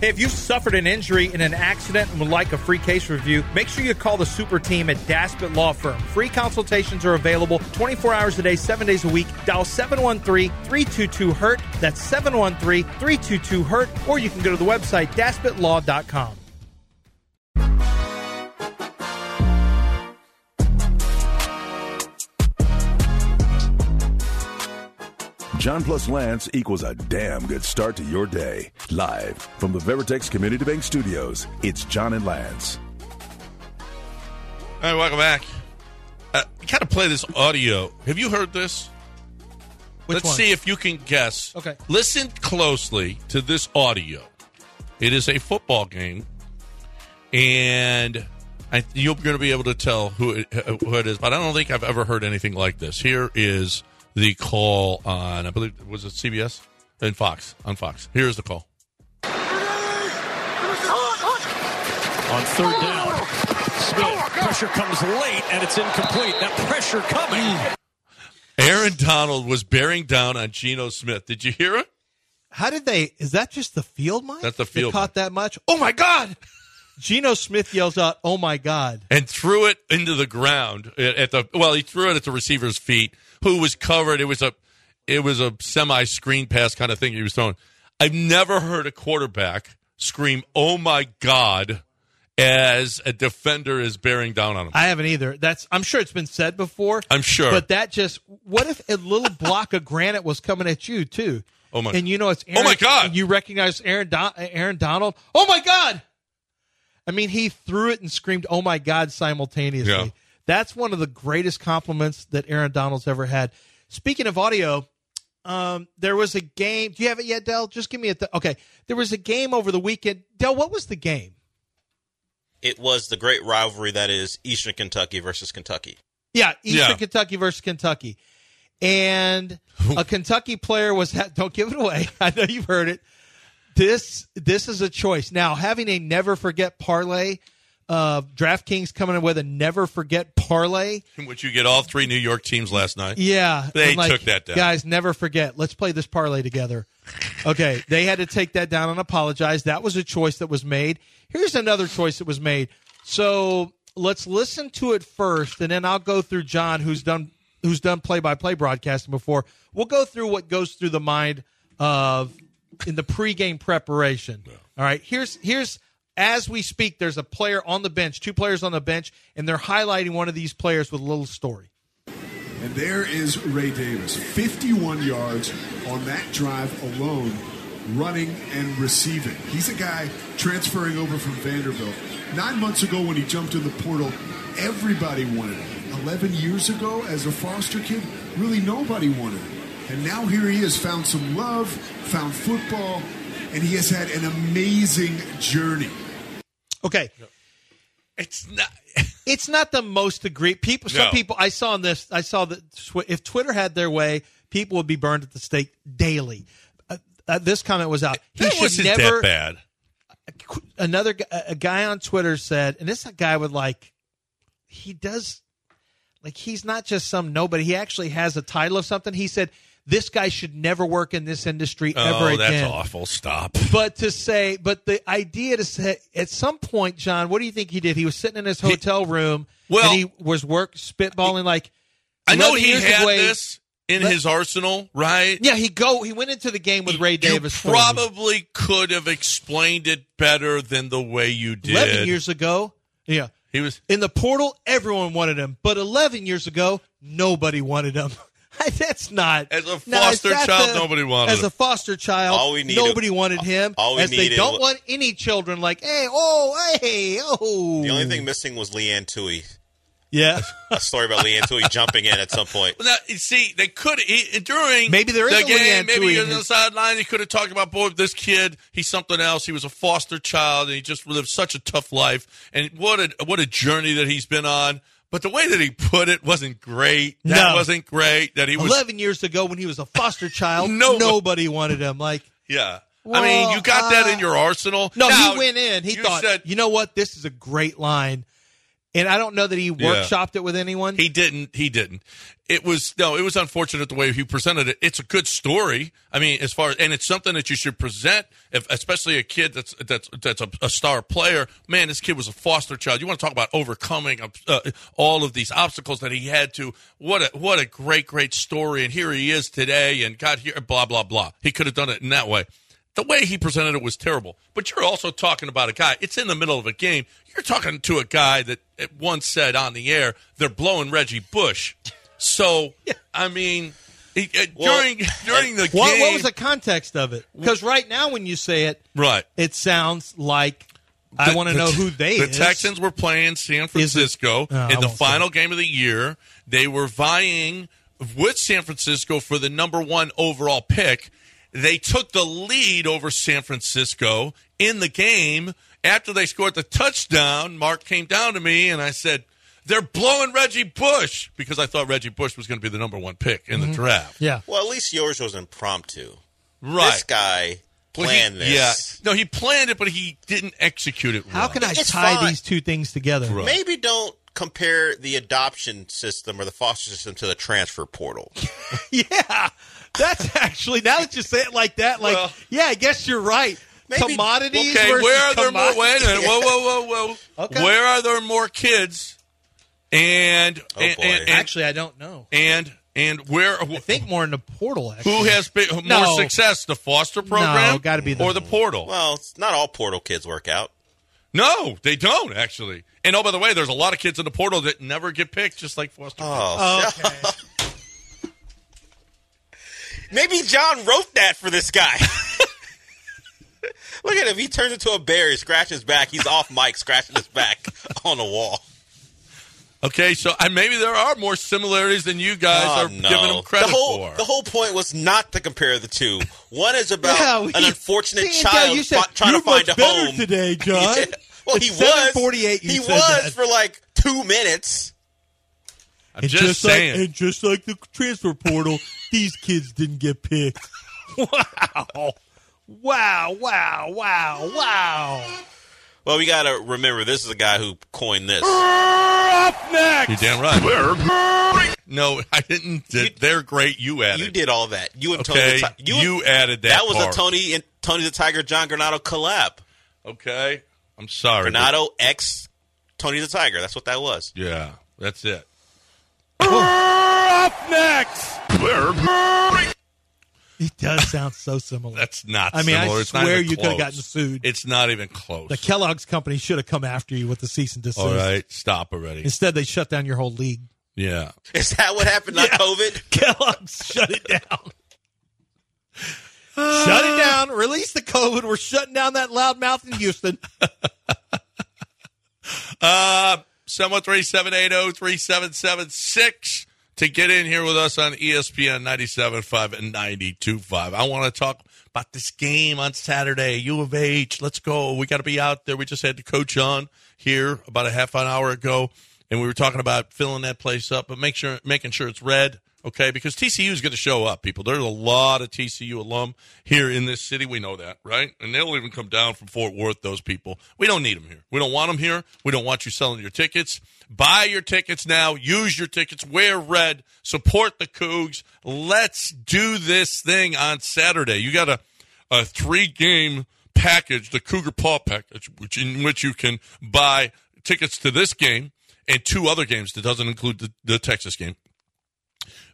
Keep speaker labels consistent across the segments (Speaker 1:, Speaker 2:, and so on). Speaker 1: Hey, if you've suffered an injury in an accident and would like a free case review, make sure you call the super team at Daspit Law Firm. Free consultations are available 24 hours a day, 7 days a week. Dial 713-322-HURT. E That's 713-322-HURT. E Or you can go to the website daspitlaw.com.
Speaker 2: John plus Lance equals a damn good start to your day. Live from the Veritex Community Bank Studios, it's John and Lance.
Speaker 3: All right, welcome back. Uh, kind of play this audio. Have you heard this?
Speaker 1: Which
Speaker 3: Let's
Speaker 1: one?
Speaker 3: see if you can guess.
Speaker 1: Okay.
Speaker 3: Listen closely to this audio. It is a football game, and I, you're going to be able to tell who it, who it is. But I don't think I've ever heard anything like this. Here is the call on I believe was it CBS and Fox on Fox. Here is the call.
Speaker 4: On third down, Smith. Pressure comes late, and it's incomplete. That pressure coming.
Speaker 3: Aaron Donald was bearing down on Geno Smith. Did you hear it?
Speaker 1: How did they? Is that just the field mic?
Speaker 3: That's the
Speaker 1: They
Speaker 3: field
Speaker 1: caught that much. Oh my god! Geno Smith yells out, "Oh my god!"
Speaker 3: and threw it into the ground at at the well he threw it at the receiver's feet who was covered it was a it was a semi screen pass kind of thing he was throwing i've never heard a quarterback scream oh my god as a defender is bearing down on him
Speaker 1: I haven't either. That's I'm sure it's been said before.
Speaker 3: i'm sure
Speaker 1: but that just what if a little block of granite was coming at you too?
Speaker 3: Oh my-
Speaker 1: And you know it's
Speaker 3: Oh my
Speaker 1: Aaron-
Speaker 3: God!
Speaker 1: and You recognize Aaron Don, Aaron Donald? Oh my god! I mean, he threw it and screamed "Oh my god!" simultaneously.
Speaker 3: Yeah.
Speaker 1: That's one of the greatest compliments that Aaron Donald's ever had. Speaking of audio, um, there was a game. Do you have it yet, Dell? Just give me a. Th- okay, there was a game over the weekend. Dell, what was the game?
Speaker 5: It was the great rivalry that is Eastern Kentucky versus Kentucky.
Speaker 1: Yeah, Eastern
Speaker 3: Yeah.
Speaker 1: Kentucky versus Kentucky. And a Kentucky player was ha- don't give it away. I know you've heard it. This this is a choice. Now, having a never forget parlay, uh DraftKings coming in with a never forget parlay.
Speaker 3: In which you get all three new york teams last night
Speaker 1: Yeah.
Speaker 3: They
Speaker 1: I'm like,
Speaker 3: took that down.
Speaker 1: Guys, never forget. Let's play this parlay together. Okay. they had to take that down and apologize. That was a choice that was made. Here's another choice that was made. So let's listen to it first, and then I'll go through John, who's done who's done play by play broadcasting before. We'll go through what goes through the mind of in the pregame preparation. All right. Here's here's as we speak, there's a player on the bench, two players on the bench, and they're highlighting one of these players with a little story.
Speaker 6: And there is Ray Davis, 51 yards on that drive alone, running and receiving. He's a guy transferring over from Vanderbilt. Nine months ago, when he jumped in the portal, everybody wanted him. 11 years ago, as a foster kid, really nobody wanted him. And now here he has found some love, found football, and he has had an amazing journey.
Speaker 1: Okay.
Speaker 3: it's not
Speaker 1: it's not the most agree. People, some
Speaker 3: No.
Speaker 1: people. I saw on this. I saw that tw- if Twitter had their way, people would be burned at the stake daily. Uh, uh, this comment was out. He
Speaker 3: that
Speaker 1: should
Speaker 3: wasn't that
Speaker 1: never.
Speaker 3: bad
Speaker 1: Another gu- a a guy on Twitter said, and this guy would like. He does, like he's not just some nobody. He actually has a title of something. He said this guy should never work in this industry ever
Speaker 3: oh
Speaker 1: again
Speaker 3: that's awful stop
Speaker 1: but to say, but the idea to say, at some point, John, what do you think he did? He was sitting in his hotel room.
Speaker 3: Well-
Speaker 1: and he was work spitballing like.
Speaker 3: i know
Speaker 1: 11
Speaker 3: he
Speaker 1: years
Speaker 3: had
Speaker 1: away-
Speaker 3: this in
Speaker 1: Let-
Speaker 3: his arsenal right
Speaker 1: Yeah, he go. He went into the game with Ray
Speaker 3: you
Speaker 1: Davis. for him.
Speaker 3: probably could have explained it better than the way you did.
Speaker 1: eleven years ago. Yeah,
Speaker 3: He was
Speaker 1: in the portal, everyone wanted him, but eleven years ago, nobody wanted him. That's not
Speaker 3: As a
Speaker 1: Now, is
Speaker 3: foster
Speaker 1: that
Speaker 3: child, nobody wanted
Speaker 1: As
Speaker 3: him.
Speaker 1: a foster child,
Speaker 5: All we needed-
Speaker 1: nobody wanted him.
Speaker 5: all we
Speaker 1: as they
Speaker 5: needed
Speaker 1: don't
Speaker 5: wa-
Speaker 1: want any children. Like, hey, oh, hey, oh.
Speaker 5: The only
Speaker 3: Mm.
Speaker 5: thing missing was Leanne Tui.
Speaker 1: yeah.
Speaker 5: A story about Leanne Tui jumping in at some point.
Speaker 3: Well, now, you see, they could he, during
Speaker 1: Maybe there is
Speaker 3: the
Speaker 1: a Leanne
Speaker 3: game. Maybe
Speaker 1: Tui
Speaker 3: he
Speaker 1: in
Speaker 3: was on the
Speaker 1: his-
Speaker 3: sideline. He could have talked about boy, this kid. He's something else. He was a foster child, and he just lived such a tough life. And what a what a journey that he's been on. But the way that he put it wasn't great. That
Speaker 1: No.
Speaker 3: wasn't great. That he was
Speaker 1: 11 years ago when he was a foster child,
Speaker 3: No.
Speaker 1: nobody wanted him. Like,
Speaker 3: yeah.
Speaker 1: Well,
Speaker 3: I mean, you got that
Speaker 1: uh,
Speaker 3: in your arsenal.
Speaker 1: no,
Speaker 3: Now,
Speaker 1: he went in. He
Speaker 3: you
Speaker 1: thought,
Speaker 3: said-
Speaker 1: you know what? This is a great line. And I don't know that he workshopped it with anyone.
Speaker 3: He didn't. He didn't. It was no. It was unfortunate the way he presented it. It's a good story. I mean, as far as and it's something that you should present, if, especially a kid that's that's that's a, a star player. Man, this kid was a foster child. You want to talk about overcoming uh, all of these obstacles that he had to. What a what a great great story. And here he is today, and got here. Blah blah blah. He could have done it in that way. The way he presented it was terrible. But you're also talking about a guy. It's in the middle of a game. You're talking to a guy that at once said on the air, "They're blowing Reggie Bush." So I mean, he- uh,
Speaker 5: Well,
Speaker 3: during during the
Speaker 1: What,
Speaker 3: game,
Speaker 1: what was the context of it? Because right now, when you say it,
Speaker 3: right?
Speaker 1: it sounds like I
Speaker 3: The-
Speaker 1: want to
Speaker 3: the-
Speaker 1: know who they
Speaker 3: The
Speaker 1: is.
Speaker 3: Texans were playing San Francisco
Speaker 1: Oh, I
Speaker 3: in the
Speaker 1: won't say
Speaker 3: final game of the year. They were vying with San Francisco for the number one overall pick. They took the lead over San Francisco in the game. After they scored the touchdown, Mark came down to me and I said, They're blowing Reggie Bush because I thought Reggie Bush was going to be the number one pick in
Speaker 1: Mm-hmm.
Speaker 3: the draft.
Speaker 1: Yeah.
Speaker 5: Well, at least yours was impromptu.
Speaker 3: Right.
Speaker 5: This guy
Speaker 3: Well, he-
Speaker 5: planned this.
Speaker 3: Yeah. No, he planned it, but he didn't execute it
Speaker 1: How
Speaker 3: right.
Speaker 1: can I
Speaker 5: It's
Speaker 1: tie
Speaker 5: fine.
Speaker 1: these two things together?
Speaker 3: Right.
Speaker 5: Maybe don't compare the adoption system or the foster system to the transfer portal.
Speaker 1: Yeah. That's actually now that you say it like that, like
Speaker 3: Well-
Speaker 1: yeah, I guess you're right.
Speaker 5: Maybe-
Speaker 1: commodities.
Speaker 3: Okay,
Speaker 1: versus
Speaker 3: where are there more?
Speaker 1: commodities.
Speaker 3: Wait a minute. Whoa, whoa, whoa, whoa.
Speaker 1: Okay.
Speaker 3: Where are there more kids? And
Speaker 5: Oh,
Speaker 3: and,
Speaker 5: boy.
Speaker 3: and, and
Speaker 1: Actually, I don't know.
Speaker 3: and and where?
Speaker 1: I think more in the portal. Actually.
Speaker 3: who has been more
Speaker 1: No.
Speaker 3: success? The foster program?
Speaker 1: gotta be the-
Speaker 3: or the portal?
Speaker 5: Well, it's not all portal kids work out.
Speaker 3: no, they don't actually. And oh, by the way, there's a lot of kids in the portal that never get picked, just like foster.
Speaker 5: Oh, maybe John wrote that for this guy. Look at him. He turns into a bear. He scratches his back. He's off mic, scratching his back on the wall.
Speaker 3: Okay, so I, maybe there are more similarities than you guys
Speaker 5: Oh,
Speaker 3: are giving them credit
Speaker 5: the whole,
Speaker 3: for.
Speaker 5: The whole point was not to compare the two. One is about
Speaker 1: Yeah, we-
Speaker 5: an unfortunate
Speaker 1: See,
Speaker 5: child
Speaker 1: Dale, you said
Speaker 5: fi- trying
Speaker 1: you're
Speaker 5: to find
Speaker 1: much
Speaker 5: a
Speaker 1: better
Speaker 5: home
Speaker 1: today, John.
Speaker 5: Yeah. Well,
Speaker 1: It's
Speaker 5: he was
Speaker 1: 7:48 you
Speaker 5: He
Speaker 1: said
Speaker 5: was
Speaker 1: that.
Speaker 5: for like two minutes.
Speaker 3: I'm just, saying.
Speaker 1: and just like the transfer portal, these kids didn't get picked. Wow. Wow, wow, wow, wow.
Speaker 5: Well, we gotta remember this is a guy who coined this.
Speaker 3: You're damn right. No, I didn't. they're great. You added.
Speaker 5: You did all that. You and
Speaker 3: Okay,
Speaker 5: Tony. The Ti-
Speaker 3: you, added that.
Speaker 5: That was
Speaker 3: part.
Speaker 5: a Tony and Tony the Tiger John Granado collab.
Speaker 3: Okay, I'm sorry. but-
Speaker 5: Granado X Tony the Tiger. That's what that was.
Speaker 3: Yeah, that's it.
Speaker 1: It does sound so similar.
Speaker 3: That's not.
Speaker 1: I mean,
Speaker 3: similar.
Speaker 1: I
Speaker 3: It's not
Speaker 1: swear
Speaker 3: even
Speaker 1: you could have
Speaker 3: close.
Speaker 1: gotten sued.
Speaker 3: It's not even close.
Speaker 1: the Kellogg's company should have come after you with the cease and desist.
Speaker 3: All right, stop already.
Speaker 1: Instead, they shut down your whole league.
Speaker 3: Yeah.
Speaker 5: Is that what happened? Not COVID.
Speaker 1: Kellogg's shut it down. shut it down. Release the COVID. We're shutting down that loud mouth in Houston.
Speaker 3: Uh, seven three seven eight zero three seven seven six to get in here with us on E ESPN 97.5 and 92.5. I want to talk about this game on Saturday, U of H. Let's go. We got to be out there. We just had the coach on here about a half an hour ago, and we were talking about filling that place up, but make sure making sure it's red. Okay, because TCU is going to show up, people. There's a lot of TCU alum here in this city. We know that, right? And they'll even come down from Fort Worth, those people. We don't need them here. We don't want them here. We don't want you selling your tickets. Buy your tickets now. Use your tickets. Wear red. Support the Cougs. Let's do this thing on Saturday. You got a, a three game package, the Cougar Paw package, which in which you can buy tickets to this game and two other games that doesn't include the, the Texas game.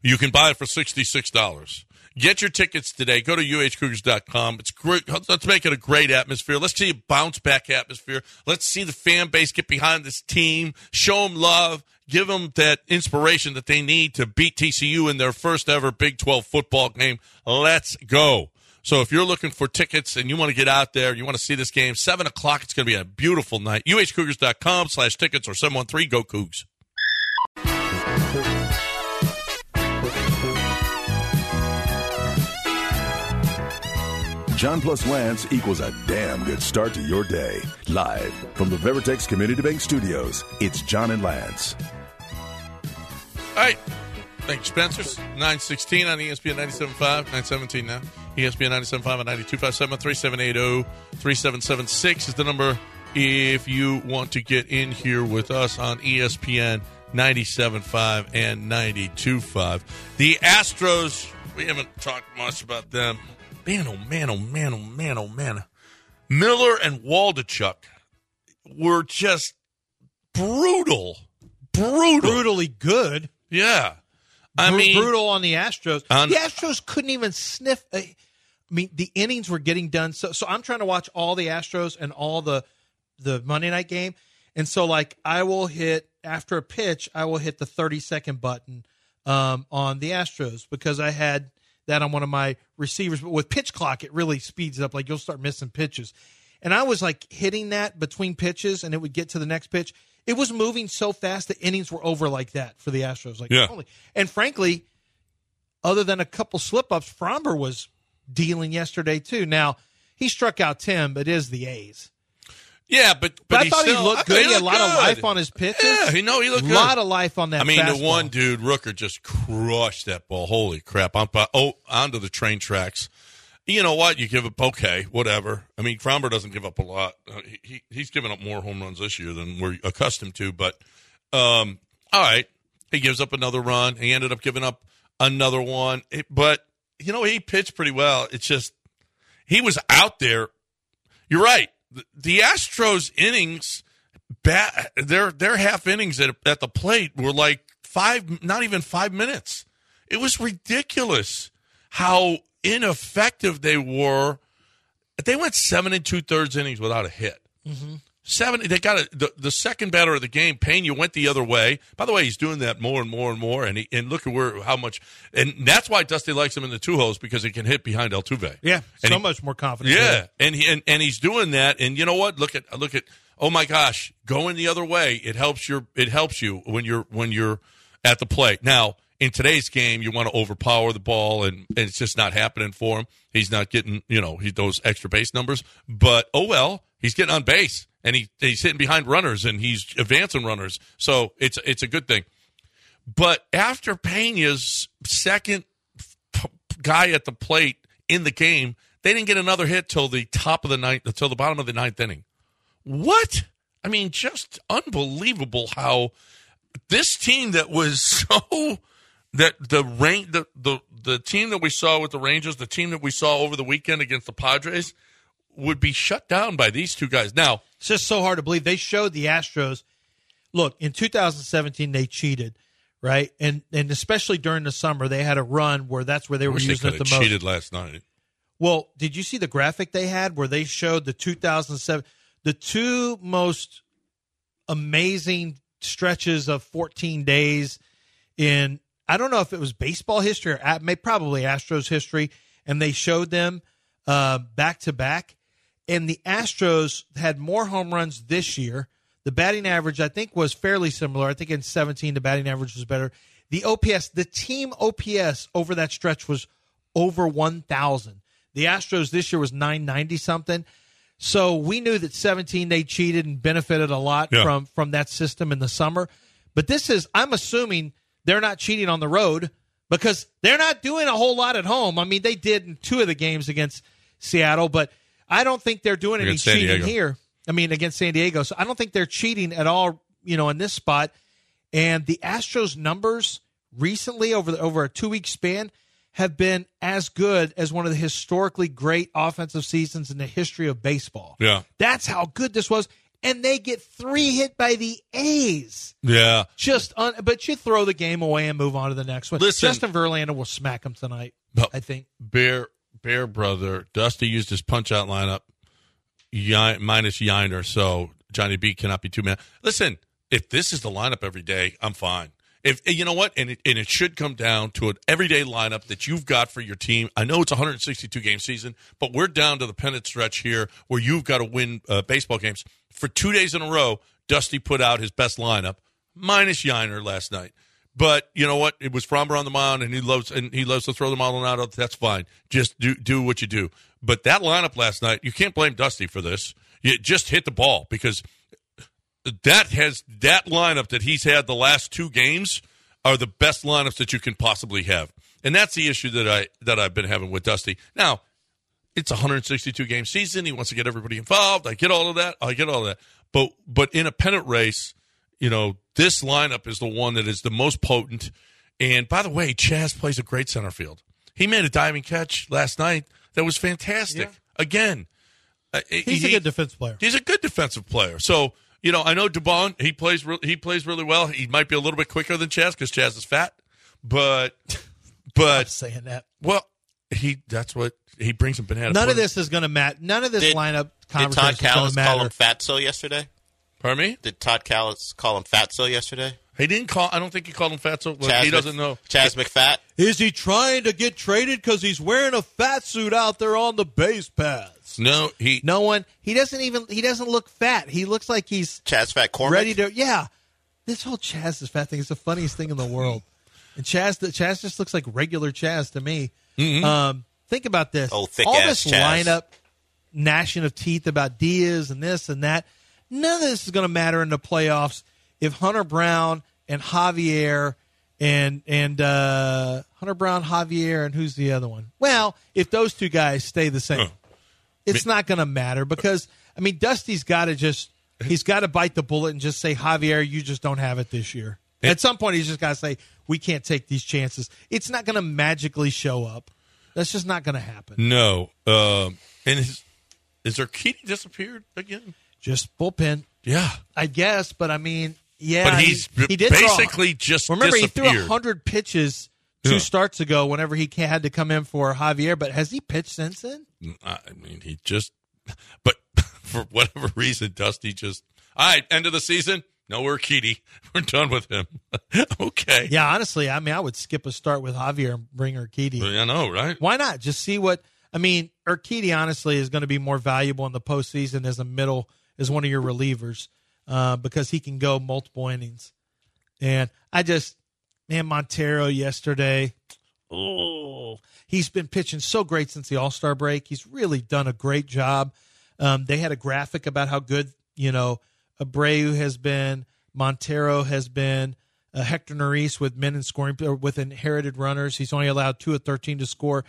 Speaker 3: You can buy it for $66. Get your tickets today. Go to uhcougars.com. It's great. Let's make it a great atmosphere. Let's see a bounce back atmosphere. Let's see the fan base get behind this team, show them love, give them that inspiration that they need to beat TCU in their first ever Big 12 football game. Let's go. So if you're looking for tickets and you want to get out there, you want to see this game, 7 o'clock, it's going to be a beautiful night. uhcougars.com slash tickets or 713-GO-COUGS.
Speaker 2: John Plus Lance equals a damn good start to your day. Live from the Veritex Community Bank Studios, it's John and Lance.
Speaker 3: All right. Thank you, Spencer. 916 on E ESPN 97.5, 917 E oh, now. ESPN 97.5 and 92.5, 713 780 3776 is the number if you want to get in here with us on E ESPN 97.5 and 92.5. The Astros, we haven't talked much about them. Man, oh man, oh man, oh man, oh man. Miller and Waldachuk were just brutal. Brutal.
Speaker 1: brutally good.
Speaker 3: Yeah. I
Speaker 1: Bru-
Speaker 3: mean,
Speaker 1: brutal on the Astros.
Speaker 3: On-
Speaker 1: the Astros couldn't even sniff. a- I mean, the innings were getting done. So, so I'm trying to watch all the Astros and all the the Monday night game, and so like I will hit after a pitch, I will hit the 30 second button um, on the Astros because I had that on one of my receivers. But with pitch clock, it really speeds it up. Like you'll start missing pitches, and I was like hitting that between pitches, and it would get to the next pitch. It was moving so fast the innings were over like that for the Astros. Like
Speaker 3: Yeah.
Speaker 1: holy- and frankly, other than a couple slip ups, Fromber was dealing yesterday too. Now he struck out ten, but it is the A's.
Speaker 3: Yeah, but but,
Speaker 1: But, I
Speaker 3: he
Speaker 1: thought
Speaker 3: still-
Speaker 1: he looked
Speaker 3: I
Speaker 1: good.
Speaker 3: thought
Speaker 1: He, had a lot of
Speaker 3: good.
Speaker 1: life on his pitches.
Speaker 3: Yeah, he- no, he looked
Speaker 1: a
Speaker 3: good.
Speaker 1: lot of life on that.
Speaker 3: I mean,
Speaker 1: fastball.
Speaker 3: the one dude Rooker just crushed that ball. Holy crap! On oh, onto the train tracks. You know what? You give up okay, whatever. I mean, Fromber doesn't give up a lot. Uh, he- he he's given up more home runs this year than we're accustomed to. But um, all right, he gives up another run. He ended up giving up another one. It- but you know, he pitched pretty well. It's just he was out there. You're right. The, the Astros innings bat their their half innings at, at the plate were like five not even five minutes it was ridiculous how ineffective they were they went seven and two thirds innings without a hit seven they got a, the, the second batter of the game pena went the other way by the way he's doing that more and more and more and he, and look at where how much and that's why dusty likes him in the two holes because he can hit behind el tuve
Speaker 1: yeah,
Speaker 3: And
Speaker 1: so
Speaker 3: he-
Speaker 1: much more confident.
Speaker 3: yeah, and he and, and he's doing that. And you know what? Look at look at. Oh my gosh, going the other way it helps your it helps you when you're when you're at the plate. Now in today's game, you want to overpower the ball, and, and it's just not happening for him. He's not getting you know he, those extra base numbers. But oh well, he's getting on base, and he he's hitting behind runners, and he's advancing runners. So it's it's a good thing. But after Pena's second p- guy at the plate in the game, they didn't get another hit till the top of the ninth, till the bottom of the ninth inning. What? I mean, just unbelievable how this team that was so that the rain the, the the team that we saw with the Rangers, the team that we saw over the weekend against the Padres, would be shut down by these two guys. Now,
Speaker 1: It's just so hard to believe. They showed the Astros. Look, in 2017 they cheated, right? And and especially during the summer they had a run where that's where they were
Speaker 3: wish they
Speaker 1: using
Speaker 3: could
Speaker 1: it
Speaker 3: have
Speaker 1: the most.
Speaker 3: cheated last night.
Speaker 1: Well, did you see the graphic they had where they showed the 2007 the two most amazing stretches of 14 days in I don't know if it was baseball history or at, may probably Astros history and they showed them uh, back to back and the Astros had more home runs this year. The batting average I think was fairly similar. I think in 17 the batting average was better. The OPS, the team OPS over that stretch was over 1,000. The Astros this year was 990 something. So we knew that 17 they cheated and benefited a lot
Speaker 3: Yeah.
Speaker 1: from from that system in the summer. But this is I'm assuming they're not cheating on the road because they're not doing a whole lot at home. I mean, they did in two of the games against Seattle, but I don't think they're doing any
Speaker 3: Against San
Speaker 1: cheating
Speaker 3: Diego.
Speaker 1: here. I mean, against San Diego. So I don't think they're cheating at all, you know, in this spot. And the Astros numbers recently over the, over a two week span have been as good as one of the historically great offensive seasons in the history of baseball.
Speaker 3: Yeah.
Speaker 1: That's how good this was. And they get three hit by the A's.
Speaker 3: Yeah.
Speaker 1: Just un- but you throw the game away and move on to the next one.
Speaker 3: Listen-
Speaker 1: Justin Verlander will smack him tonight.
Speaker 3: No.
Speaker 1: I think.
Speaker 3: Bear Bear brother Dusty used his punch out lineup y- minus Yiner, so Johnny B cannot be two man. Listen, if this is the lineup every day, I'm fine. If you know what, and it, and it should come down to an everyday lineup that you've got for your team. I know it's a 162 game season, but we're down to the pennant stretch here where you've got to win uh, baseball games for two days in a row. Dusty put out his best lineup minus Yiner last night. But you know what? It was Fromber on the mound, and he loves and he loves to throw the model out. of- That's fine. Just do do what you do. But that lineup last night, you can't blame Dusty for this. You just hit the ball because that has that lineup that he's had the last two games are the best lineups that you can possibly have, and that's the issue that I that I've been having with Dusty. Now it's a 162 game season. He wants to get everybody involved. I get all of that. I get all of that. But but in a pennant race, you know, this lineup is the one that is the most potent. And by the way, Chaz plays a great center field. He made a diving catch last night that was fantastic. Again, uh,
Speaker 1: He's a
Speaker 3: he-
Speaker 1: good defense player.
Speaker 3: He's a good defensive player. So you know, I know Dubon. He plays. Re- he plays really well. He might be a little bit quicker than Chaz because Chaz is fat. But but
Speaker 1: saying that.
Speaker 3: well, he that's what he brings him banana.
Speaker 1: None of
Speaker 3: pudding.
Speaker 1: this is going to matter. None of this
Speaker 5: Did-
Speaker 1: lineup conversation
Speaker 5: Did Todd
Speaker 1: is going to
Speaker 5: Callis call
Speaker 1: matter.
Speaker 5: him Fatso yesterday?
Speaker 3: Pardon me.
Speaker 5: Did Todd Callis call him Fatso yesterday?
Speaker 3: He didn't call. I don't think he called him fatso. Look,
Speaker 5: Chaz
Speaker 3: he
Speaker 5: Mc-
Speaker 3: doesn't know.
Speaker 5: Chaz McFat.
Speaker 1: Is he trying to get traded because he's wearing a fat suit out there on the base paths?
Speaker 3: No, he.
Speaker 1: No one. He doesn't even. He doesn't look fat. He looks like he's
Speaker 5: Chaz Fat Cormick.
Speaker 1: ready to. Yeah, this whole Chaz is fat thing is the funniest thing in the world. And Chaz, Chaz just looks like regular Chaz to me. Um, think about this.
Speaker 5: Mm-hmm. Oh, thick
Speaker 1: All
Speaker 5: ass
Speaker 1: this
Speaker 5: Chaz.
Speaker 1: lineup gnashing of teeth about Diaz and this and that. None of this is going to matter in the playoffs if Hunter Brown and Javier and and uh, Hunter Brown, Javier, and who's the other one? Well, if those two guys stay the same, it's not going to matter because I mean Dusty's got to just he's got to bite the bullet and just say Javier, you just don't have it this year. At some point, he's just got to say we can't take these chances. It's not going to magically show up. That's just not going to happen.
Speaker 3: No. Um. And is is Urquidy disappeared again?
Speaker 1: Just bullpen.
Speaker 3: Yeah.
Speaker 1: I guess, but I mean, yeah,
Speaker 3: But he's
Speaker 1: he, he did
Speaker 3: basically
Speaker 1: draw.
Speaker 3: just
Speaker 1: remember he threw
Speaker 3: disappeared.
Speaker 1: hundred pitches two
Speaker 3: Yeah.
Speaker 1: starts ago whenever he ca- had to come in for Javier. But has he pitched since then?
Speaker 3: I I mean, he just. But for whatever reason, Dusty just. All right. End of the season. No Urquidy. We're done with him. okay.
Speaker 1: Yeah, honestly, I mean, I would skip a start with Javier and bring Urquidy.
Speaker 3: I know, right?
Speaker 1: Why not just see what I mean? Urquidy honestly is going to be more valuable in the postseason as a middle as one of your relievers uh, because he can go multiple innings. And I just man Montero yesterday. Oh, he's been pitching so great since the All Star break. He's really done a great job. Um, they had a graphic about how good you know Abreu has been, Montero has been, uh, Hector Norris with men in scoring or with inherited runners. He's only allowed two of thirteen to score,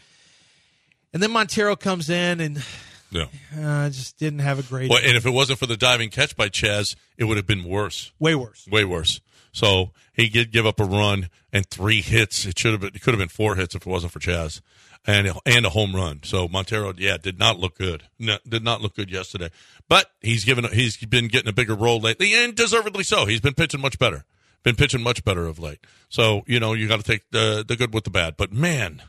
Speaker 1: and then Montero comes in and
Speaker 3: No.
Speaker 1: uh, just didn't have a great,
Speaker 3: Well, and if it wasn't for the diving catch by Chaz, it would have been worse,
Speaker 1: way worse.
Speaker 3: way worse. So he did give up a run and three hits. It should have been, it could have been four hits if it wasn't for Chaz, and and a home run. So Montero, yeah, did not look good. No, did not look good yesterday. But he's given he's been getting a bigger role lately, and deservedly so. He's been pitching much better. Been pitching much better of late. So you know you got to take the the good with the bad. But man,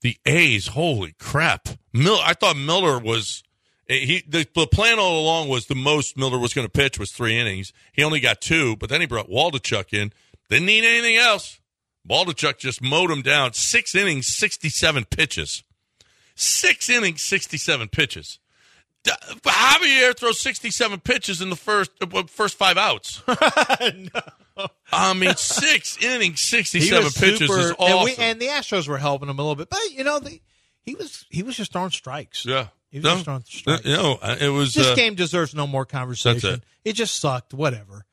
Speaker 3: the A's. Holy crap! Mil- I thought Miller was eh, he. The, the plan all along was the most Miller was going to pitch was three innings. He only got two, but then he brought Waldachuk in. Didn't need anything else. Waldachuk just mowed him down. Six innings, sixty-seven pitches. Six innings, sixty-seven pitches. D- Javier throws sixty-seven pitches in the first uh, first five outs. I mean, six innings, sixty-seven pitches is awesome.
Speaker 1: and, we, and the Astros were helping him a little bit, but you know, the, he was he was just throwing strikes.
Speaker 3: Yeah.
Speaker 1: He was
Speaker 3: no,
Speaker 1: just on strike.
Speaker 3: no, uh, it was.
Speaker 1: This
Speaker 3: uh,
Speaker 1: game deserves no more conversation.
Speaker 3: it.
Speaker 1: just sucked. Whatever.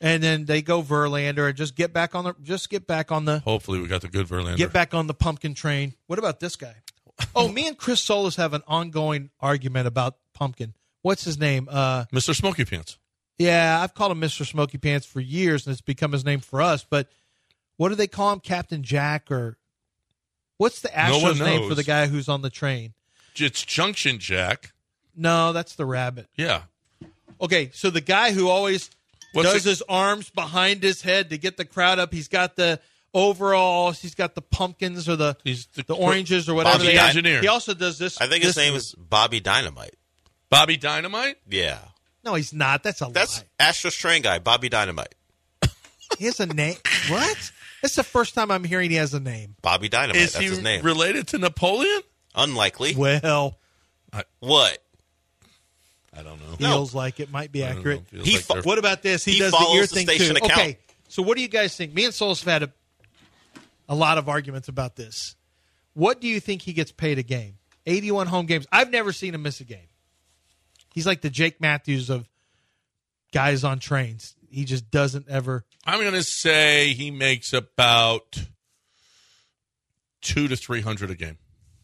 Speaker 1: And then they go Verlander and just get back on the just get back on the
Speaker 3: Hopefully, we got the good Verlander.
Speaker 1: get back on the pumpkin train. What about this guy? Oh, me and Chris Solis have an ongoing argument about pumpkin. What's his name? Uh,
Speaker 3: Mr. Smoky Pants.
Speaker 1: yeah, I've called him Mister Smoky Pants for years, and it's become his name for us. But what do they call him, Captain Jack, or what's the
Speaker 3: No one
Speaker 1: Astros name for
Speaker 3: knows.
Speaker 1: the guy who's on the train?
Speaker 3: It's Junction Jack.
Speaker 1: No, that's the rabbit.
Speaker 3: Yeah.
Speaker 1: Okay, so the guy who always
Speaker 3: What's
Speaker 1: does
Speaker 3: it-
Speaker 1: his arms behind his head to get the crowd up, he's got the overalls, he's got the pumpkins or the
Speaker 3: He's the-
Speaker 1: oranges or whatever.
Speaker 5: Bobby
Speaker 1: they
Speaker 5: the
Speaker 1: are.
Speaker 3: engineer.
Speaker 1: He also does this.
Speaker 5: I think his
Speaker 1: this-
Speaker 5: name is Bobby Dynamite.
Speaker 3: Bobby Dynamite?
Speaker 5: Yeah.
Speaker 1: No, he's not. That's a
Speaker 5: That's
Speaker 1: lie.
Speaker 5: Astros train guy, Bobby Dynamite.
Speaker 1: He has a name. what? That's the first time I'm hearing he has a name.
Speaker 5: Bobby Dynamite.
Speaker 3: Is
Speaker 5: That's
Speaker 3: he
Speaker 5: his name.
Speaker 3: related to Napoleon?
Speaker 5: Unlikely.
Speaker 1: Well,
Speaker 5: What?
Speaker 3: I don't know.
Speaker 1: feels like it might be accurate.
Speaker 3: Feels
Speaker 5: He
Speaker 3: like
Speaker 5: fo-
Speaker 3: they're-
Speaker 1: What about this? He,
Speaker 5: He
Speaker 1: does the
Speaker 5: follows
Speaker 1: ear
Speaker 5: the
Speaker 1: thing
Speaker 5: station
Speaker 1: too.
Speaker 5: account.
Speaker 1: Okay, so what do you guys think? Me and Solis have had a, a lot of arguments about this. What do you think he gets paid a game? Eighty-one home games. I've never seen him miss a game. He's like the Jake Matthews of guys on trains. He just doesn't ever.
Speaker 3: I'm going to say he makes about two to 300 a game.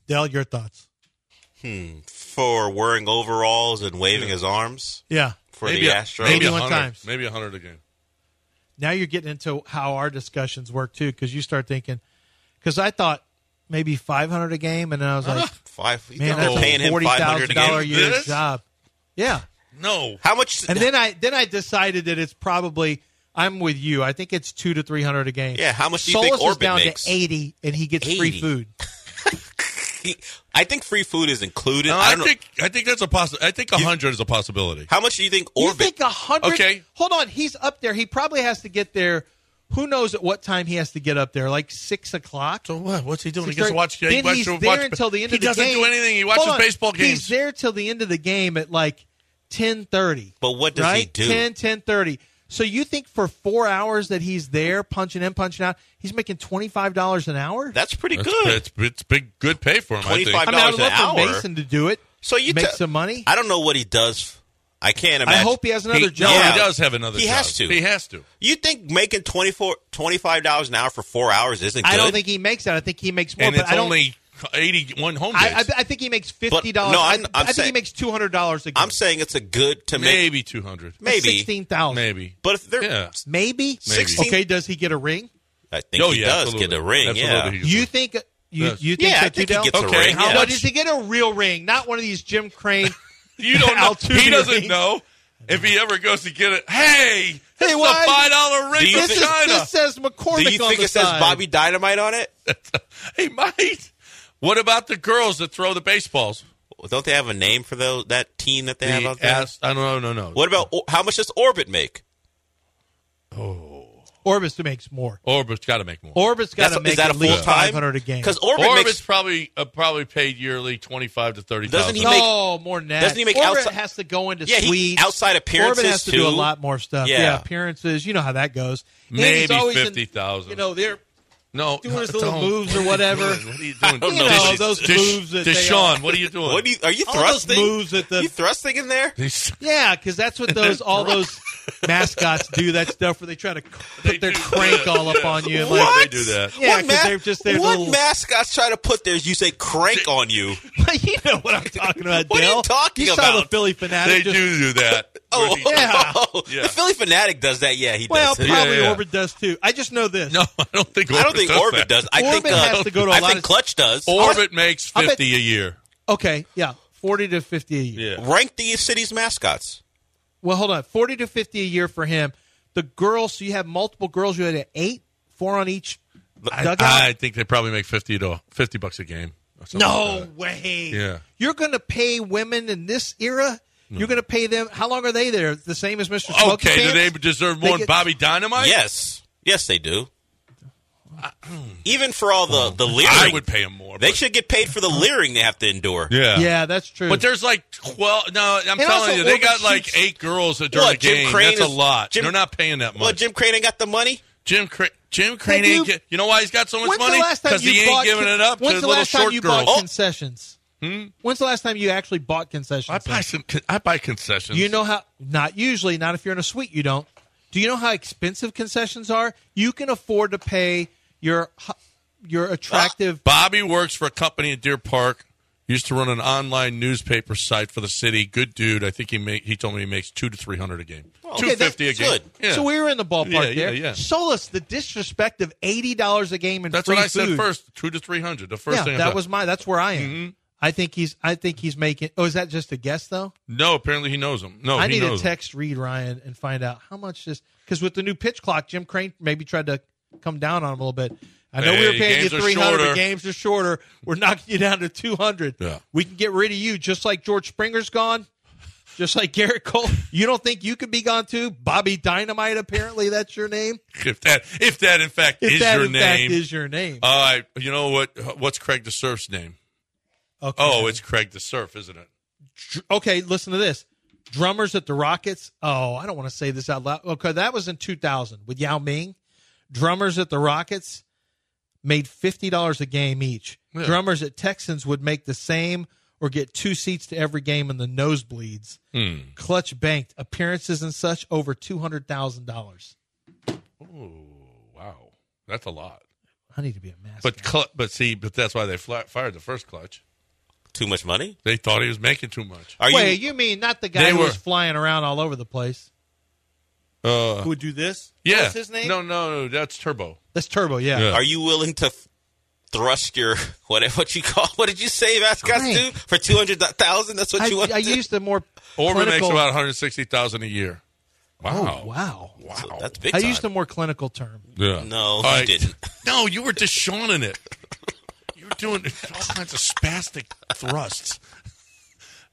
Speaker 1: Dell, your thoughts?
Speaker 5: Hmm. for wearing overalls and waving his arms
Speaker 1: Yeah.
Speaker 5: for
Speaker 3: maybe
Speaker 5: the
Speaker 3: a-
Speaker 5: Astros.
Speaker 3: Maybe
Speaker 1: 81
Speaker 3: 100,
Speaker 1: times.
Speaker 3: Maybe 100 a game.
Speaker 1: Now you're getting into how our discussions work too, because you start thinking, because I thought maybe 500 a game, and then I was like,
Speaker 5: Five. You
Speaker 1: man,
Speaker 5: think they're
Speaker 1: that's
Speaker 5: paying
Speaker 1: a
Speaker 5: him
Speaker 1: forty
Speaker 5: five hundred
Speaker 1: thousand dollar a
Speaker 5: again.
Speaker 1: year
Speaker 3: This?
Speaker 1: job. Yeah.
Speaker 3: No.
Speaker 5: How much?
Speaker 1: And then I then I decided that it's probably I'm with you. I think it's two to three hundred a game.
Speaker 5: Yeah, how much do you
Speaker 1: Solis
Speaker 5: think
Speaker 1: is
Speaker 5: Orban
Speaker 1: down
Speaker 5: makes?
Speaker 1: to eighty, and he gets free
Speaker 5: 80.
Speaker 1: food.
Speaker 5: I think free food is included.
Speaker 3: No,
Speaker 5: I
Speaker 3: I,
Speaker 5: don't know.
Speaker 3: think I think that's a possi I think 100 is a possibility.
Speaker 5: How much do you think
Speaker 1: You
Speaker 5: Orban?
Speaker 1: think a hundred?
Speaker 3: Okay.
Speaker 1: hold on. He's up there. He probably has to get there. Who knows at what time he has to get up there? Like six o'clock.
Speaker 3: So what? What's he doing? he
Speaker 1: Six
Speaker 3: gets
Speaker 1: thirty.
Speaker 3: to watch.
Speaker 1: Then
Speaker 3: he watch,
Speaker 1: he's
Speaker 3: watch,
Speaker 1: there until the end
Speaker 3: He
Speaker 1: of the
Speaker 3: doesn't
Speaker 1: game.
Speaker 3: do anything. He
Speaker 1: Hold
Speaker 3: watches
Speaker 1: on.
Speaker 3: baseball games.
Speaker 1: He's there till the end of the game at like ten thirty.
Speaker 5: But what does he
Speaker 1: right?
Speaker 5: do?
Speaker 1: 10, 10:30. So you think for four hours that he's there punching in, punching out, he's making twenty five dollars an hour?
Speaker 5: that's pretty
Speaker 3: That's,
Speaker 5: good.
Speaker 3: It's, it's big, good pay for him. I
Speaker 1: I
Speaker 3: think.
Speaker 5: $25
Speaker 1: mean, I'd
Speaker 5: an
Speaker 1: love for
Speaker 5: hour.
Speaker 1: Mason to do it.
Speaker 5: so you
Speaker 1: make
Speaker 5: te-
Speaker 1: some money.
Speaker 5: I don't know what he does. I can't
Speaker 1: I
Speaker 5: imagine.
Speaker 1: hope he has another
Speaker 3: he,
Speaker 1: job.
Speaker 3: No,
Speaker 5: Yeah.
Speaker 3: he does have another.
Speaker 5: He
Speaker 3: job.
Speaker 5: has to.
Speaker 3: He has to.
Speaker 5: You think making 24 25 dollars an hour for four hours isn't good?
Speaker 1: I don't think he makes that. I think he makes more.
Speaker 3: and
Speaker 1: but
Speaker 3: it's
Speaker 1: I don't,
Speaker 3: only 81 home
Speaker 1: I,
Speaker 3: days.
Speaker 1: I, I think he makes fifty dollars.
Speaker 5: no,
Speaker 1: I,
Speaker 5: I'm- I'm
Speaker 1: I think he
Speaker 5: saying-
Speaker 1: makes two hundred dollars a game.
Speaker 5: I'm saying it's a good to make.
Speaker 3: maybe 200.
Speaker 5: maybe.
Speaker 1: sixteen thousand.
Speaker 3: Maybe.
Speaker 5: But if they're,
Speaker 3: yeah.
Speaker 1: maybe.
Speaker 5: 16
Speaker 1: Okay, does he get a ring?
Speaker 5: I think
Speaker 3: oh,
Speaker 5: he
Speaker 3: yeah,
Speaker 5: does
Speaker 3: absolutely.
Speaker 5: get a ring.
Speaker 3: Absolutely,
Speaker 5: Yeah,
Speaker 3: he gets
Speaker 1: You
Speaker 3: a-
Speaker 1: think? You,
Speaker 3: Yes.
Speaker 1: you think
Speaker 5: yeah,
Speaker 1: so
Speaker 5: I think
Speaker 1: too,
Speaker 5: he
Speaker 1: Dale?
Speaker 5: gets
Speaker 3: Okay,
Speaker 5: a ring.
Speaker 3: how
Speaker 5: yeah.
Speaker 1: No, does he get a real ring? Not one of these Jim Crane.
Speaker 3: You don't know.
Speaker 1: Altuve
Speaker 3: he doesn't
Speaker 1: rings.
Speaker 3: know if he ever goes to get it. Hey, this is a
Speaker 1: why-
Speaker 3: five dollar ring
Speaker 5: you
Speaker 3: from
Speaker 1: this, is,
Speaker 5: think-
Speaker 3: China.
Speaker 1: this says McCormick
Speaker 5: Do you
Speaker 1: on
Speaker 5: think
Speaker 1: the
Speaker 5: it says
Speaker 1: side.
Speaker 5: Bobby Dynamite on it?
Speaker 3: he might. What about the girls that throw the baseballs?
Speaker 5: Don't they have a name for those, that team that they have
Speaker 3: The
Speaker 5: out there?
Speaker 3: ass- I don't know. No, no.
Speaker 5: What about Or- how much does Orbit make?
Speaker 1: Orbis makes more.
Speaker 3: Orbit's got to make more.
Speaker 1: Orbit's got to
Speaker 5: That's-
Speaker 1: make
Speaker 5: is that
Speaker 1: at
Speaker 5: a
Speaker 1: least
Speaker 5: full-time?
Speaker 1: five hundred a game.
Speaker 5: Because Orbit,
Speaker 3: Orbit's
Speaker 5: makes
Speaker 3: probably uh, probably paid yearly twenty five to thirty thousand.
Speaker 5: Doesn't he make-
Speaker 1: no, more than that.
Speaker 5: doesn't he make
Speaker 1: Orbit
Speaker 5: outside-
Speaker 1: has to go into
Speaker 5: Yeah, he-
Speaker 1: suites.
Speaker 5: outside appearances,
Speaker 1: Orbit has to do a
Speaker 5: too.
Speaker 1: lot more stuff. Yeah.
Speaker 5: Yeah.
Speaker 1: appearances. You know how that goes. And
Speaker 3: Maybe
Speaker 1: he's always in-
Speaker 3: 50,000.
Speaker 1: You know they're
Speaker 3: no
Speaker 1: doing his little
Speaker 3: don't.
Speaker 1: moves or whatever.
Speaker 3: What are you doing?
Speaker 5: don't
Speaker 1: You know,
Speaker 5: know.
Speaker 1: those
Speaker 3: Desha-
Speaker 1: moves that they
Speaker 3: Deshaun,
Speaker 1: are-
Speaker 3: what are you doing?
Speaker 5: What do you, are you
Speaker 1: all those
Speaker 5: thrusting?
Speaker 1: moves at the
Speaker 5: you thrusting in there?
Speaker 3: He's-
Speaker 1: Yeah, because that's what those all those mascots do. that stuff where they try to c-
Speaker 3: They
Speaker 1: put their
Speaker 3: do
Speaker 1: crank
Speaker 3: that.
Speaker 1: all up
Speaker 3: Yeah.
Speaker 1: on you. And
Speaker 3: What?
Speaker 1: like,
Speaker 3: They do that.
Speaker 1: Yeah,
Speaker 5: What
Speaker 1: 'cause they're just- they're
Speaker 5: what
Speaker 1: little-
Speaker 5: mascots try to put there? is You say crank on you.
Speaker 1: you know what I'm talking about,
Speaker 5: What are
Speaker 1: Dale.
Speaker 5: you talking
Speaker 1: you saw the
Speaker 5: about?
Speaker 1: Philly
Speaker 3: they
Speaker 1: fanatic. just,
Speaker 3: do do that.
Speaker 5: Oh,
Speaker 3: Where he-
Speaker 1: Yeah.
Speaker 3: Yeah.
Speaker 5: the Philly fanatic does that. Yeah, he
Speaker 1: Well,
Speaker 5: does. it.
Speaker 1: probably
Speaker 3: yeah, yeah.
Speaker 1: Orbit does too. I just know this.
Speaker 3: no, I don't think. Orbit
Speaker 5: I don't think
Speaker 3: does
Speaker 5: Orbit
Speaker 3: that.
Speaker 5: does. I think
Speaker 1: Orbit
Speaker 5: uh,
Speaker 1: has to go to a
Speaker 5: I
Speaker 1: lot
Speaker 5: think
Speaker 1: of-
Speaker 5: Clutch does.
Speaker 3: Orbit makes
Speaker 1: I bet-
Speaker 3: fifty a year.
Speaker 1: Okay, yeah, forty to fifty a year.
Speaker 5: rank the city's mascots.
Speaker 1: Well, hold on, forty to fifty a year for him. The girls, so you have multiple girls. You had eight, four on each
Speaker 3: I,
Speaker 1: dugout.
Speaker 3: I think they probably make fifty to fifty bucks a game. or something
Speaker 1: no
Speaker 3: like that.
Speaker 1: way.
Speaker 3: Yeah.
Speaker 1: you're going to pay women in this era. You're going to pay them. How long are they there? The same as Mr. Smoking
Speaker 3: Okay, do
Speaker 1: Pants?
Speaker 3: they deserve more
Speaker 1: They
Speaker 3: than
Speaker 1: get-
Speaker 3: Bobby Dynamite?
Speaker 5: Yes, yes, they do. Even for all the the leering,
Speaker 3: I would pay him more.
Speaker 5: They
Speaker 3: but-
Speaker 5: should get paid for the leering they have to endure.
Speaker 3: Yeah.
Speaker 1: Yeah, that's true.
Speaker 3: But there's like twelve. No, I'm
Speaker 1: And also
Speaker 3: telling you, they
Speaker 1: Orbit
Speaker 3: got like
Speaker 1: shoots-
Speaker 3: eight girls that during
Speaker 5: What,
Speaker 3: the
Speaker 5: Jim
Speaker 3: game.
Speaker 5: Crane
Speaker 3: That's a
Speaker 5: is-
Speaker 3: lot.
Speaker 5: Jim-
Speaker 3: They're not paying that much.
Speaker 5: Well, Jim Crane ain't got the money.
Speaker 3: Jim Crane. Jim Crane
Speaker 1: Have
Speaker 3: ain't
Speaker 1: you-
Speaker 3: get, you know why he's got so much
Speaker 1: When's
Speaker 3: money?
Speaker 1: the last time you
Speaker 3: he ain't
Speaker 1: bought
Speaker 3: giving
Speaker 1: con-
Speaker 3: it up to
Speaker 1: When's
Speaker 3: his
Speaker 1: the
Speaker 3: little
Speaker 1: last time
Speaker 3: short
Speaker 1: you
Speaker 3: girl. Oh.
Speaker 1: bought concessions? When's the last time you actually bought concessions?
Speaker 3: I buy some. con- I buy concessions.
Speaker 1: You know how? Not usually. Not if you're in a suite, you don't. Do you know how expensive concessions are? You can afford to pay your hu- your attractive.
Speaker 3: Bobby works for a company in Deer Park. Used to run an online newspaper site for the city. Good dude. I think he make, he told me he makes two to three hundred a game.
Speaker 1: Oh,
Speaker 3: two fifty a
Speaker 5: that's
Speaker 3: game.
Speaker 5: good.
Speaker 3: Yeah.
Speaker 1: So we were in the ballpark
Speaker 3: Yeah, yeah,
Speaker 1: there.
Speaker 3: yeah.
Speaker 1: Solis, the disrespect of eighty dollars a game and
Speaker 3: that's
Speaker 1: free
Speaker 3: what I said
Speaker 1: food.
Speaker 3: first. Two to three hundred. The first Mm-hmm.
Speaker 1: Yeah,
Speaker 3: thing I
Speaker 1: that
Speaker 3: thought.
Speaker 1: was my. That's where I am. I think he's. I think he's making. Oh, is that just a guess though?
Speaker 3: No, apparently he knows him. No,
Speaker 1: I
Speaker 3: Oh, he
Speaker 1: need to
Speaker 3: knows. him.
Speaker 1: text Reed Ryan and find out how much this because with the new pitch clock, Jim Crane maybe tried to come down on him a little bit. I know we were
Speaker 3: Hey,
Speaker 1: paying you
Speaker 3: games are
Speaker 1: three hundred,
Speaker 3: shorter.
Speaker 1: but games are shorter. We're knocking you down to two hundred.
Speaker 3: Yeah.
Speaker 1: We can get rid of you just like George Springer's gone, just like Garrett Cole. You don't think you could be gone too? Bobby Dynamite, apparently that's your name.
Speaker 3: If that, if that in fact
Speaker 1: If
Speaker 3: is
Speaker 1: that
Speaker 3: your
Speaker 1: in
Speaker 3: name, Uh,
Speaker 1: fact is your name.
Speaker 3: All right. You know what? What's Craig the Surf's name?
Speaker 1: Okay.
Speaker 3: Oh, it's Craig the Surf, isn't it?
Speaker 1: Dr- okay, listen to this. Drummers at the Rockets. Oh, I don't want to say this out loud. Okay, that was in 2000 with Yao Ming. Drummers at the Rockets made $50 a game each.
Speaker 3: Yeah.
Speaker 1: Drummers at Texans would make the same or get two seats to every game in the nosebleeds.
Speaker 3: Hmm.
Speaker 1: Clutch banked appearances and such over $200,000.
Speaker 3: Oh, wow. That's a lot.
Speaker 1: I need to be a master.
Speaker 3: But cl- but see, but that's why they fla- fired the first clutch.
Speaker 5: Too much money?
Speaker 3: They thought he was making too much.
Speaker 5: Are
Speaker 1: Wait,
Speaker 5: you?
Speaker 1: you mean not the guy
Speaker 3: They
Speaker 1: who
Speaker 3: were-
Speaker 1: was flying around all over the place?
Speaker 3: Uh,
Speaker 7: Who would do this?
Speaker 3: yeah.
Speaker 7: What's his name?
Speaker 3: No, no, no. That's Turbo.
Speaker 1: That's Turbo, yeah.
Speaker 3: Yeah.
Speaker 5: Are you willing to f- thrust your what? What you call? What did you say? Mascots
Speaker 1: Great.
Speaker 5: do for two hundred thousand? That's what you
Speaker 1: I,
Speaker 5: want.
Speaker 1: I
Speaker 5: to-
Speaker 1: used the more
Speaker 3: Orman makes
Speaker 1: clinical-
Speaker 3: about one hundred sixty thousand a year. Wow.
Speaker 1: Oh, wow.
Speaker 3: Wow.
Speaker 5: So that's big.
Speaker 1: I
Speaker 5: time.
Speaker 1: used a more clinical term.
Speaker 3: Yeah.
Speaker 5: No,
Speaker 3: All
Speaker 5: you didn't.
Speaker 3: No, you were just shawning it. You're doing all kinds of spastic thrusts.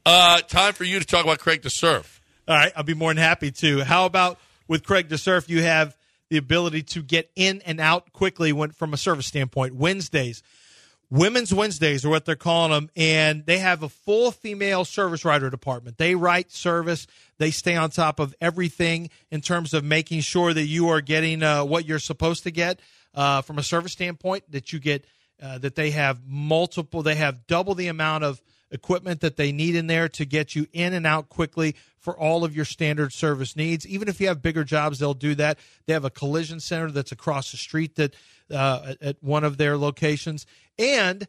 Speaker 3: Uh, time for you to talk about Craig the Surf.
Speaker 1: All right, I'll be more than happy to. How about with Craig DeSurf, you have the ability to get in and out quickly when, from a service standpoint. Wednesdays, Women's Wednesdays are what they're calling them, and they have a full female service writer department. They write service, they stay on top of everything in terms of making sure that you are getting uh, what you're supposed to get uh, from a service standpoint, that you get. Uh, that they have multiple, they have double the amount of equipment that they need in there to get you in and out quickly for all of your standard service needs. Even if you have bigger jobs, they'll do that. They have a collision center that's across the street that uh, at- at one of their locations. And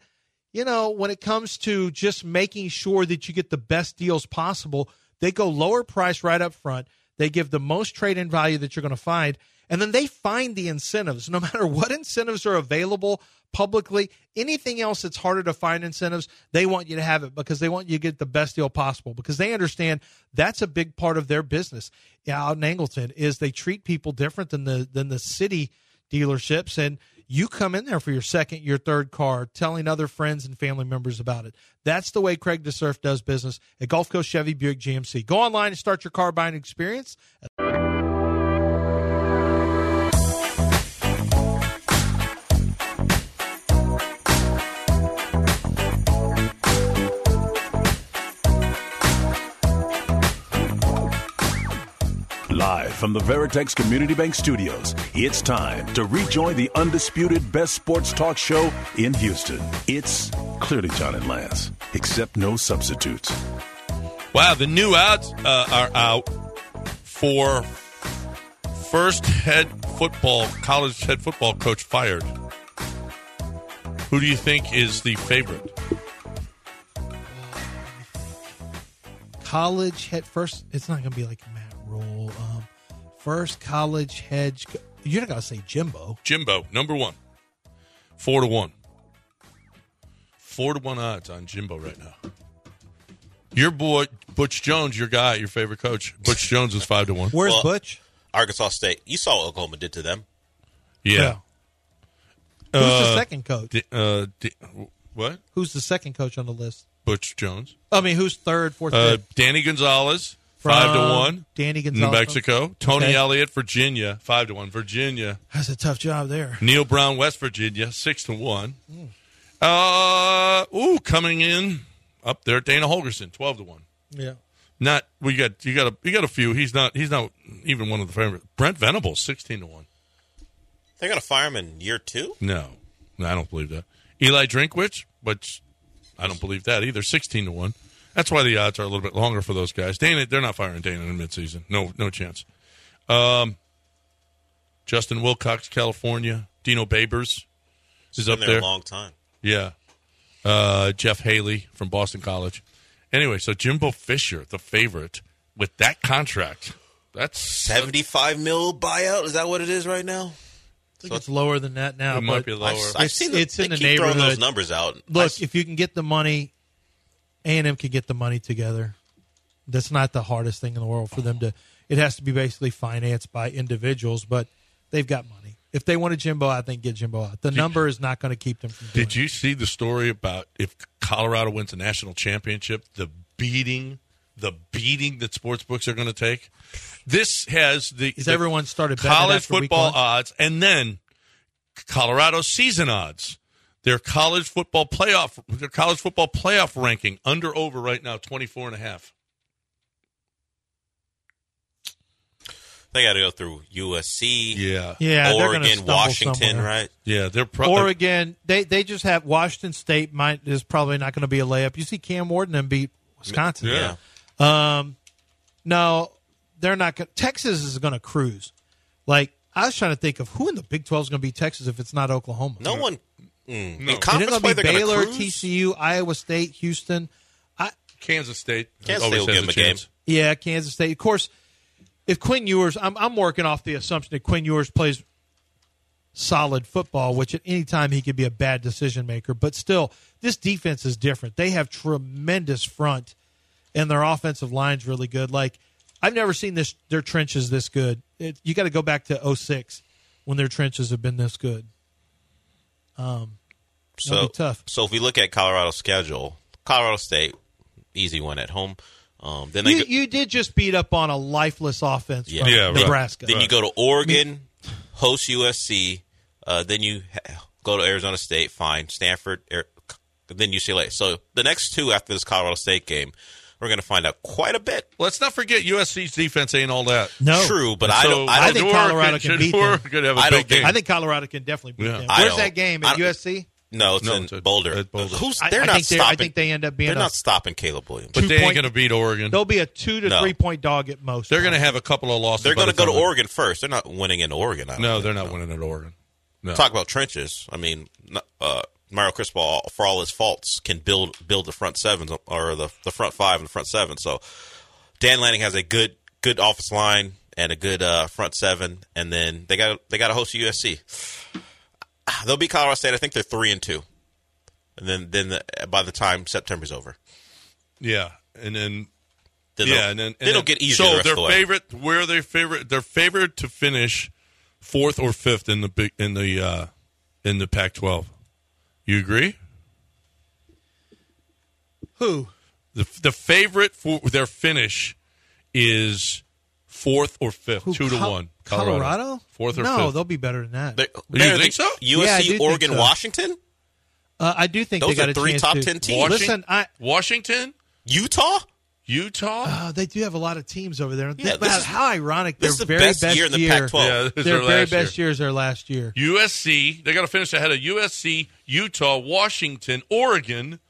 Speaker 1: you know, when it comes to just making sure that you get the best deals possible, they go lower price right up front. They give the most trade in value that you're going to find. And then they find the incentives. No matter what incentives are available publicly, anything else that's harder to find incentives, they want you to have it because they want you to get the best deal possible because they understand that's a big part of their business out in Angleton is they treat people different than the than the city dealerships and you come in there for your second your third car telling other friends and family members about it that's the way craig desurf does business at gulf coast chevy buick gmc go online and start your car buying experience
Speaker 2: Live from the Veritex Community Bank Studios, it's time to rejoin the undisputed best sports talk show in Houston. It's clearly John and Lance, except no substitutes.
Speaker 3: Wow, the new ads uh, are out for first head football, college head football coach fired. Who do you think is the favorite?
Speaker 1: college head first it's not gonna be like matt rule um, first college head co- you're not gonna say jimbo
Speaker 3: Jimbo, number one. Four to one. Four to one odds on Jimbo right now. Your boy, Butch Jones, your guy, your favorite coach. Butch Jones is five to one.
Speaker 1: where's
Speaker 5: Well-
Speaker 1: butch
Speaker 5: Arkansas State. You saw what Oklahoma did to them.
Speaker 3: Yeah.
Speaker 1: who's
Speaker 3: Uh,
Speaker 1: the second coach
Speaker 3: D- uh, D- what?
Speaker 1: who's the second coach on the list
Speaker 3: Butch Jones.
Speaker 1: i mean who's third fourth
Speaker 3: Uh,
Speaker 1: fifth?
Speaker 3: Danny Gonzalez, five to
Speaker 1: From
Speaker 3: one.
Speaker 1: danny
Speaker 3: New
Speaker 1: gonzalez
Speaker 3: Mexico. Tony
Speaker 1: Okay.
Speaker 3: Elliott, Virginia, five to one. Virginia.
Speaker 1: that's a tough job there
Speaker 3: Neil Brown, West Virginia, six to one. Uh, ooh, coming in up there, Dana Holgerson, twelve to one.
Speaker 1: yeah
Speaker 3: Not we got you got a you got a few. He's not he's not even one of the favorites. Brent Venables, sixteen to one.
Speaker 5: They're gonna fire him in year two.
Speaker 3: No, no, I don't believe that. Eli Drinkwitz, which I don't believe that either. Sixteen to one. That's why the odds are a little bit longer for those guys. Dana, they're not firing Dana in midseason. No, no chance. Um, Justin Wilcox, California. Dino Babers is up
Speaker 5: Been there
Speaker 3: there.
Speaker 5: a long time.
Speaker 3: Yeah. Uh, Jeff Haley from Boston College. Anyway, so Jimbo Fisher, the favorite, with that contract, that's
Speaker 5: Seventy-five mil buyout. Is that what it is right now?
Speaker 1: I think it's lower than that now.
Speaker 3: it might
Speaker 1: but
Speaker 3: be lower.
Speaker 5: I've,
Speaker 1: It's-
Speaker 5: seen them-
Speaker 1: it's in the
Speaker 5: they keep throwing those
Speaker 1: neighborhood.
Speaker 5: numbers out. I
Speaker 1: Look,
Speaker 5: s-
Speaker 1: if you can get the money, A and M could get the money together. That's not the hardest thing in the world for them to. It has to be basically financed by individuals, but they've got money. If they wanted Jimbo, I think get Jimbo out. The number is not going to keep them from. Doing
Speaker 3: Did you see the story about if Colorado wins the national championship, the beating, the beating that sports books are going to take? This has the,
Speaker 1: Is
Speaker 3: the
Speaker 1: everyone started betting
Speaker 3: college
Speaker 1: after week
Speaker 3: football
Speaker 1: one?
Speaker 3: odds and then Colorado season odds. Their college football playoff, their college football playoff ranking under over right now 24 and a half.
Speaker 5: they got to go through USC,
Speaker 3: Yeah.
Speaker 1: It. Yeah, they're gonna
Speaker 5: Oregon,
Speaker 1: stumble
Speaker 5: Washington,
Speaker 1: somewhere.
Speaker 5: right?
Speaker 3: Yeah, they're probably
Speaker 5: uh,
Speaker 1: Oregon, they they just have Washington State. Might is probably not going to be a layup. You see Cam Ward and them beat Wisconsin.
Speaker 3: Yeah.
Speaker 1: Um, no, they're not. Gonna, Texas is going to cruise. Like I was trying to think of who in the Big Twelve is going to be Texas if it's not Oklahoma.
Speaker 5: No one mm,
Speaker 3: No.
Speaker 5: In conference
Speaker 1: and
Speaker 5: play,
Speaker 1: it'll be
Speaker 5: they're gonna
Speaker 1: Baylor,
Speaker 5: cruise?
Speaker 1: TCU, Iowa State, Houston. I,
Speaker 3: Kansas State.
Speaker 5: Kansas
Speaker 3: always
Speaker 5: State will
Speaker 3: has
Speaker 5: give 'em a
Speaker 3: chance.
Speaker 5: game.
Speaker 1: yeah, Kansas State. Of course, if Quinn Ewers, I'm, I'm working off the assumption that Quinn Ewers plays solid football, which at any time he could be a bad decision maker. But still, this defense is different. They have tremendous front, and their offensive line's really good. Like I've never seen this their trenches this good. It, you got to go back to 06 when their trenches have been this good. That'll
Speaker 5: So
Speaker 1: be tough.
Speaker 5: So if we look at Colorado's schedule, Colorado State, easy one at home. Um, then they
Speaker 1: You,
Speaker 5: go,
Speaker 1: you did just beat up on a lifeless offense
Speaker 5: Yeah.
Speaker 1: from
Speaker 3: Yeah, right.
Speaker 1: Nebraska.
Speaker 5: then you go to Oregon, host USC. Uh, then you ha- go to Arizona State. Fine, Stanford. Air, then UCLA. So the next two after this Colorado State game, we're going to find out quite a bit.
Speaker 3: Let's not forget USC's defense ain't all that.
Speaker 1: No,
Speaker 5: True, but I
Speaker 3: So,
Speaker 5: don't. I don't
Speaker 1: I think
Speaker 3: Shador
Speaker 1: Colorado
Speaker 3: could-
Speaker 1: can beat
Speaker 3: Shador
Speaker 1: them.
Speaker 3: could have a
Speaker 5: I
Speaker 3: big
Speaker 5: don't think-
Speaker 3: game.
Speaker 1: I think Colorado can definitely beat
Speaker 3: Yeah.
Speaker 1: them.
Speaker 5: I
Speaker 1: Where's
Speaker 5: don't-
Speaker 1: that game
Speaker 5: I
Speaker 1: at
Speaker 5: don't-
Speaker 1: USC?
Speaker 5: No, it's
Speaker 3: No,
Speaker 5: in
Speaker 3: it's at-
Speaker 5: Boulder.
Speaker 3: at Boulder.
Speaker 5: Who's?
Speaker 1: I-
Speaker 5: They're
Speaker 1: I
Speaker 5: not
Speaker 1: think they're- I
Speaker 5: stopping.
Speaker 1: think they end up being
Speaker 5: They're
Speaker 1: a-
Speaker 5: not stopping Caleb Williams.
Speaker 3: But
Speaker 1: Two
Speaker 3: they ain't
Speaker 1: point-
Speaker 3: going to beat Oregon.
Speaker 1: They'll be a two to
Speaker 5: No.
Speaker 1: three point dog at most.
Speaker 3: They're going to have a couple of losses.
Speaker 5: They're
Speaker 3: by
Speaker 5: going to
Speaker 3: the
Speaker 5: go to
Speaker 3: time-
Speaker 5: Oregon first. They're not winning in Oregon. I don't
Speaker 3: No,
Speaker 5: think.
Speaker 3: they're not winning at Oregon. No.
Speaker 5: Talk about trenches. I mean, n- uh, Mario Cristobal, for all his faults, can build build the front sevens or the the front five and the front seven. So Dan Lanning has a good good office line and a good uh, front seven, and then they got they got to host USC. They'll be Colorado State. I think they're three and two, and then then the, by the time September's over,
Speaker 3: yeah, and then
Speaker 5: then
Speaker 3: yeah,
Speaker 5: they'll-
Speaker 3: and then and
Speaker 5: then it'll
Speaker 3: then-
Speaker 5: get easier.
Speaker 3: So
Speaker 5: the rest
Speaker 3: their
Speaker 5: of the way.
Speaker 3: favorite, where their favorite, they're favored to finish fourth or fifth in the big in the uh, in the Pac-12. You agree?
Speaker 1: who?
Speaker 3: The the favorite for their finish is fourth or fifth, two to
Speaker 1: Col-
Speaker 3: one.
Speaker 1: Colorado.
Speaker 3: fourth or
Speaker 1: no,
Speaker 3: fifth.
Speaker 1: they'll be better than that.
Speaker 5: They're-
Speaker 3: You
Speaker 5: better than
Speaker 3: think so?
Speaker 1: Yeah, I
Speaker 5: USC,
Speaker 1: do think
Speaker 5: Oregon,
Speaker 1: so.
Speaker 5: Washington,
Speaker 1: Uh, I do think
Speaker 5: Those
Speaker 1: they got
Speaker 5: are
Speaker 1: a
Speaker 5: three
Speaker 1: chance
Speaker 5: top
Speaker 1: to-
Speaker 5: 10 teams.
Speaker 1: Listen, I.
Speaker 3: Washington,
Speaker 5: Utah.
Speaker 3: Utah.
Speaker 1: Uh, they do have a lot of teams over there.
Speaker 5: Yeah,
Speaker 1: Think
Speaker 5: this
Speaker 1: about
Speaker 5: is-
Speaker 1: how ironic
Speaker 5: this
Speaker 1: their
Speaker 5: is the
Speaker 1: very
Speaker 5: best year in the Pac-12.
Speaker 3: yeah, this is
Speaker 1: Their
Speaker 3: their
Speaker 1: very
Speaker 3: last
Speaker 1: best year is their last year.
Speaker 3: USC. They got to finish ahead of USC, Utah, Washington, Oregon.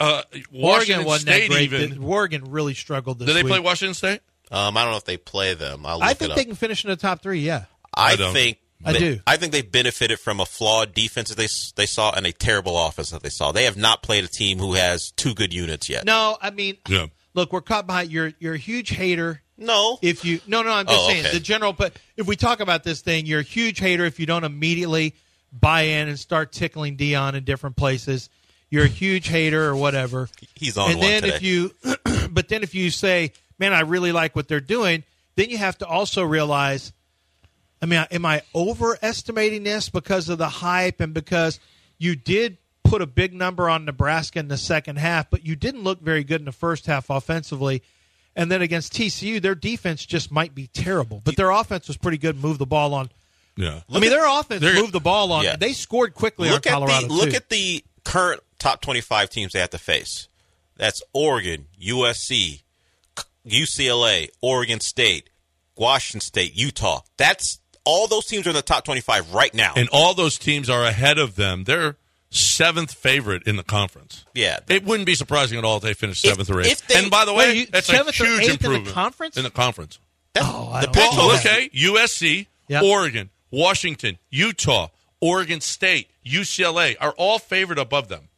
Speaker 3: Uh, Washington
Speaker 1: Oregon wasn't
Speaker 3: State
Speaker 1: that great.
Speaker 3: even.
Speaker 1: The- Oregon really struggled this
Speaker 3: Did they
Speaker 1: week.
Speaker 3: play Washington State?
Speaker 5: Um, I don't know if they play them. I'll look
Speaker 1: I
Speaker 5: it
Speaker 1: think
Speaker 5: up.
Speaker 1: they can finish in the top three. Yeah.
Speaker 5: I,
Speaker 3: I don't.
Speaker 5: think
Speaker 1: I
Speaker 5: they-
Speaker 1: do.
Speaker 5: I think they benefited from a flawed defense that they s- they saw and a terrible offense that they saw. They have not played a team who has two good units yet.
Speaker 1: No, I mean,
Speaker 3: Yeah.
Speaker 1: look, we're caught behind. You're you're a huge hater.
Speaker 5: No.
Speaker 1: If you no no, I'm just
Speaker 5: Oh,
Speaker 1: saying
Speaker 5: okay.
Speaker 1: the general. But if we talk about this thing, you're a huge hater if you don't immediately buy in and start tickling Dion in different places. You're a huge hater or whatever.
Speaker 5: He's on
Speaker 1: And
Speaker 5: one
Speaker 1: then
Speaker 5: today.
Speaker 1: if you, but then if you say, "Man, I really like what they're doing," then you have to also realize I mean, am I overestimating this because of the hype and because you did put a big number on Nebraska in the second half, but you didn't look very good in the first half offensively. And then against TCU, their defense just might be terrible, but their offense was pretty good. Move the ball on.
Speaker 3: Yeah.
Speaker 1: I mean, their offense
Speaker 3: they're-
Speaker 1: moved the ball on.
Speaker 5: Yeah.
Speaker 1: They scored quickly
Speaker 5: look
Speaker 1: on
Speaker 5: at
Speaker 1: Colorado.
Speaker 5: the look
Speaker 1: too.
Speaker 5: at the current top twenty five teams they have to face. That's Oregon, USC, C- UCLA, Oregon State, Washington State, Utah. That's all those teams are in the top twenty five right now.
Speaker 3: And all those teams are ahead of them. They're seventh favorite in the conference.
Speaker 5: yeah.
Speaker 3: It wouldn't be surprising at all if they finished
Speaker 5: If-
Speaker 3: seventh or eighth.
Speaker 5: if they-
Speaker 3: and by the way,
Speaker 1: Wait, you-
Speaker 3: that's a
Speaker 1: seventh or
Speaker 3: huge
Speaker 1: eighth in the
Speaker 3: improvement
Speaker 1: conference?
Speaker 3: In the conference.
Speaker 5: That's,
Speaker 1: Oh, I
Speaker 5: the
Speaker 1: don't
Speaker 5: Pac
Speaker 1: know.
Speaker 3: Well,
Speaker 5: twelve.
Speaker 3: okay, USC,
Speaker 1: Yeah.
Speaker 3: Oregon, Washington, Utah, Oregon State, UCLA are all favored above them.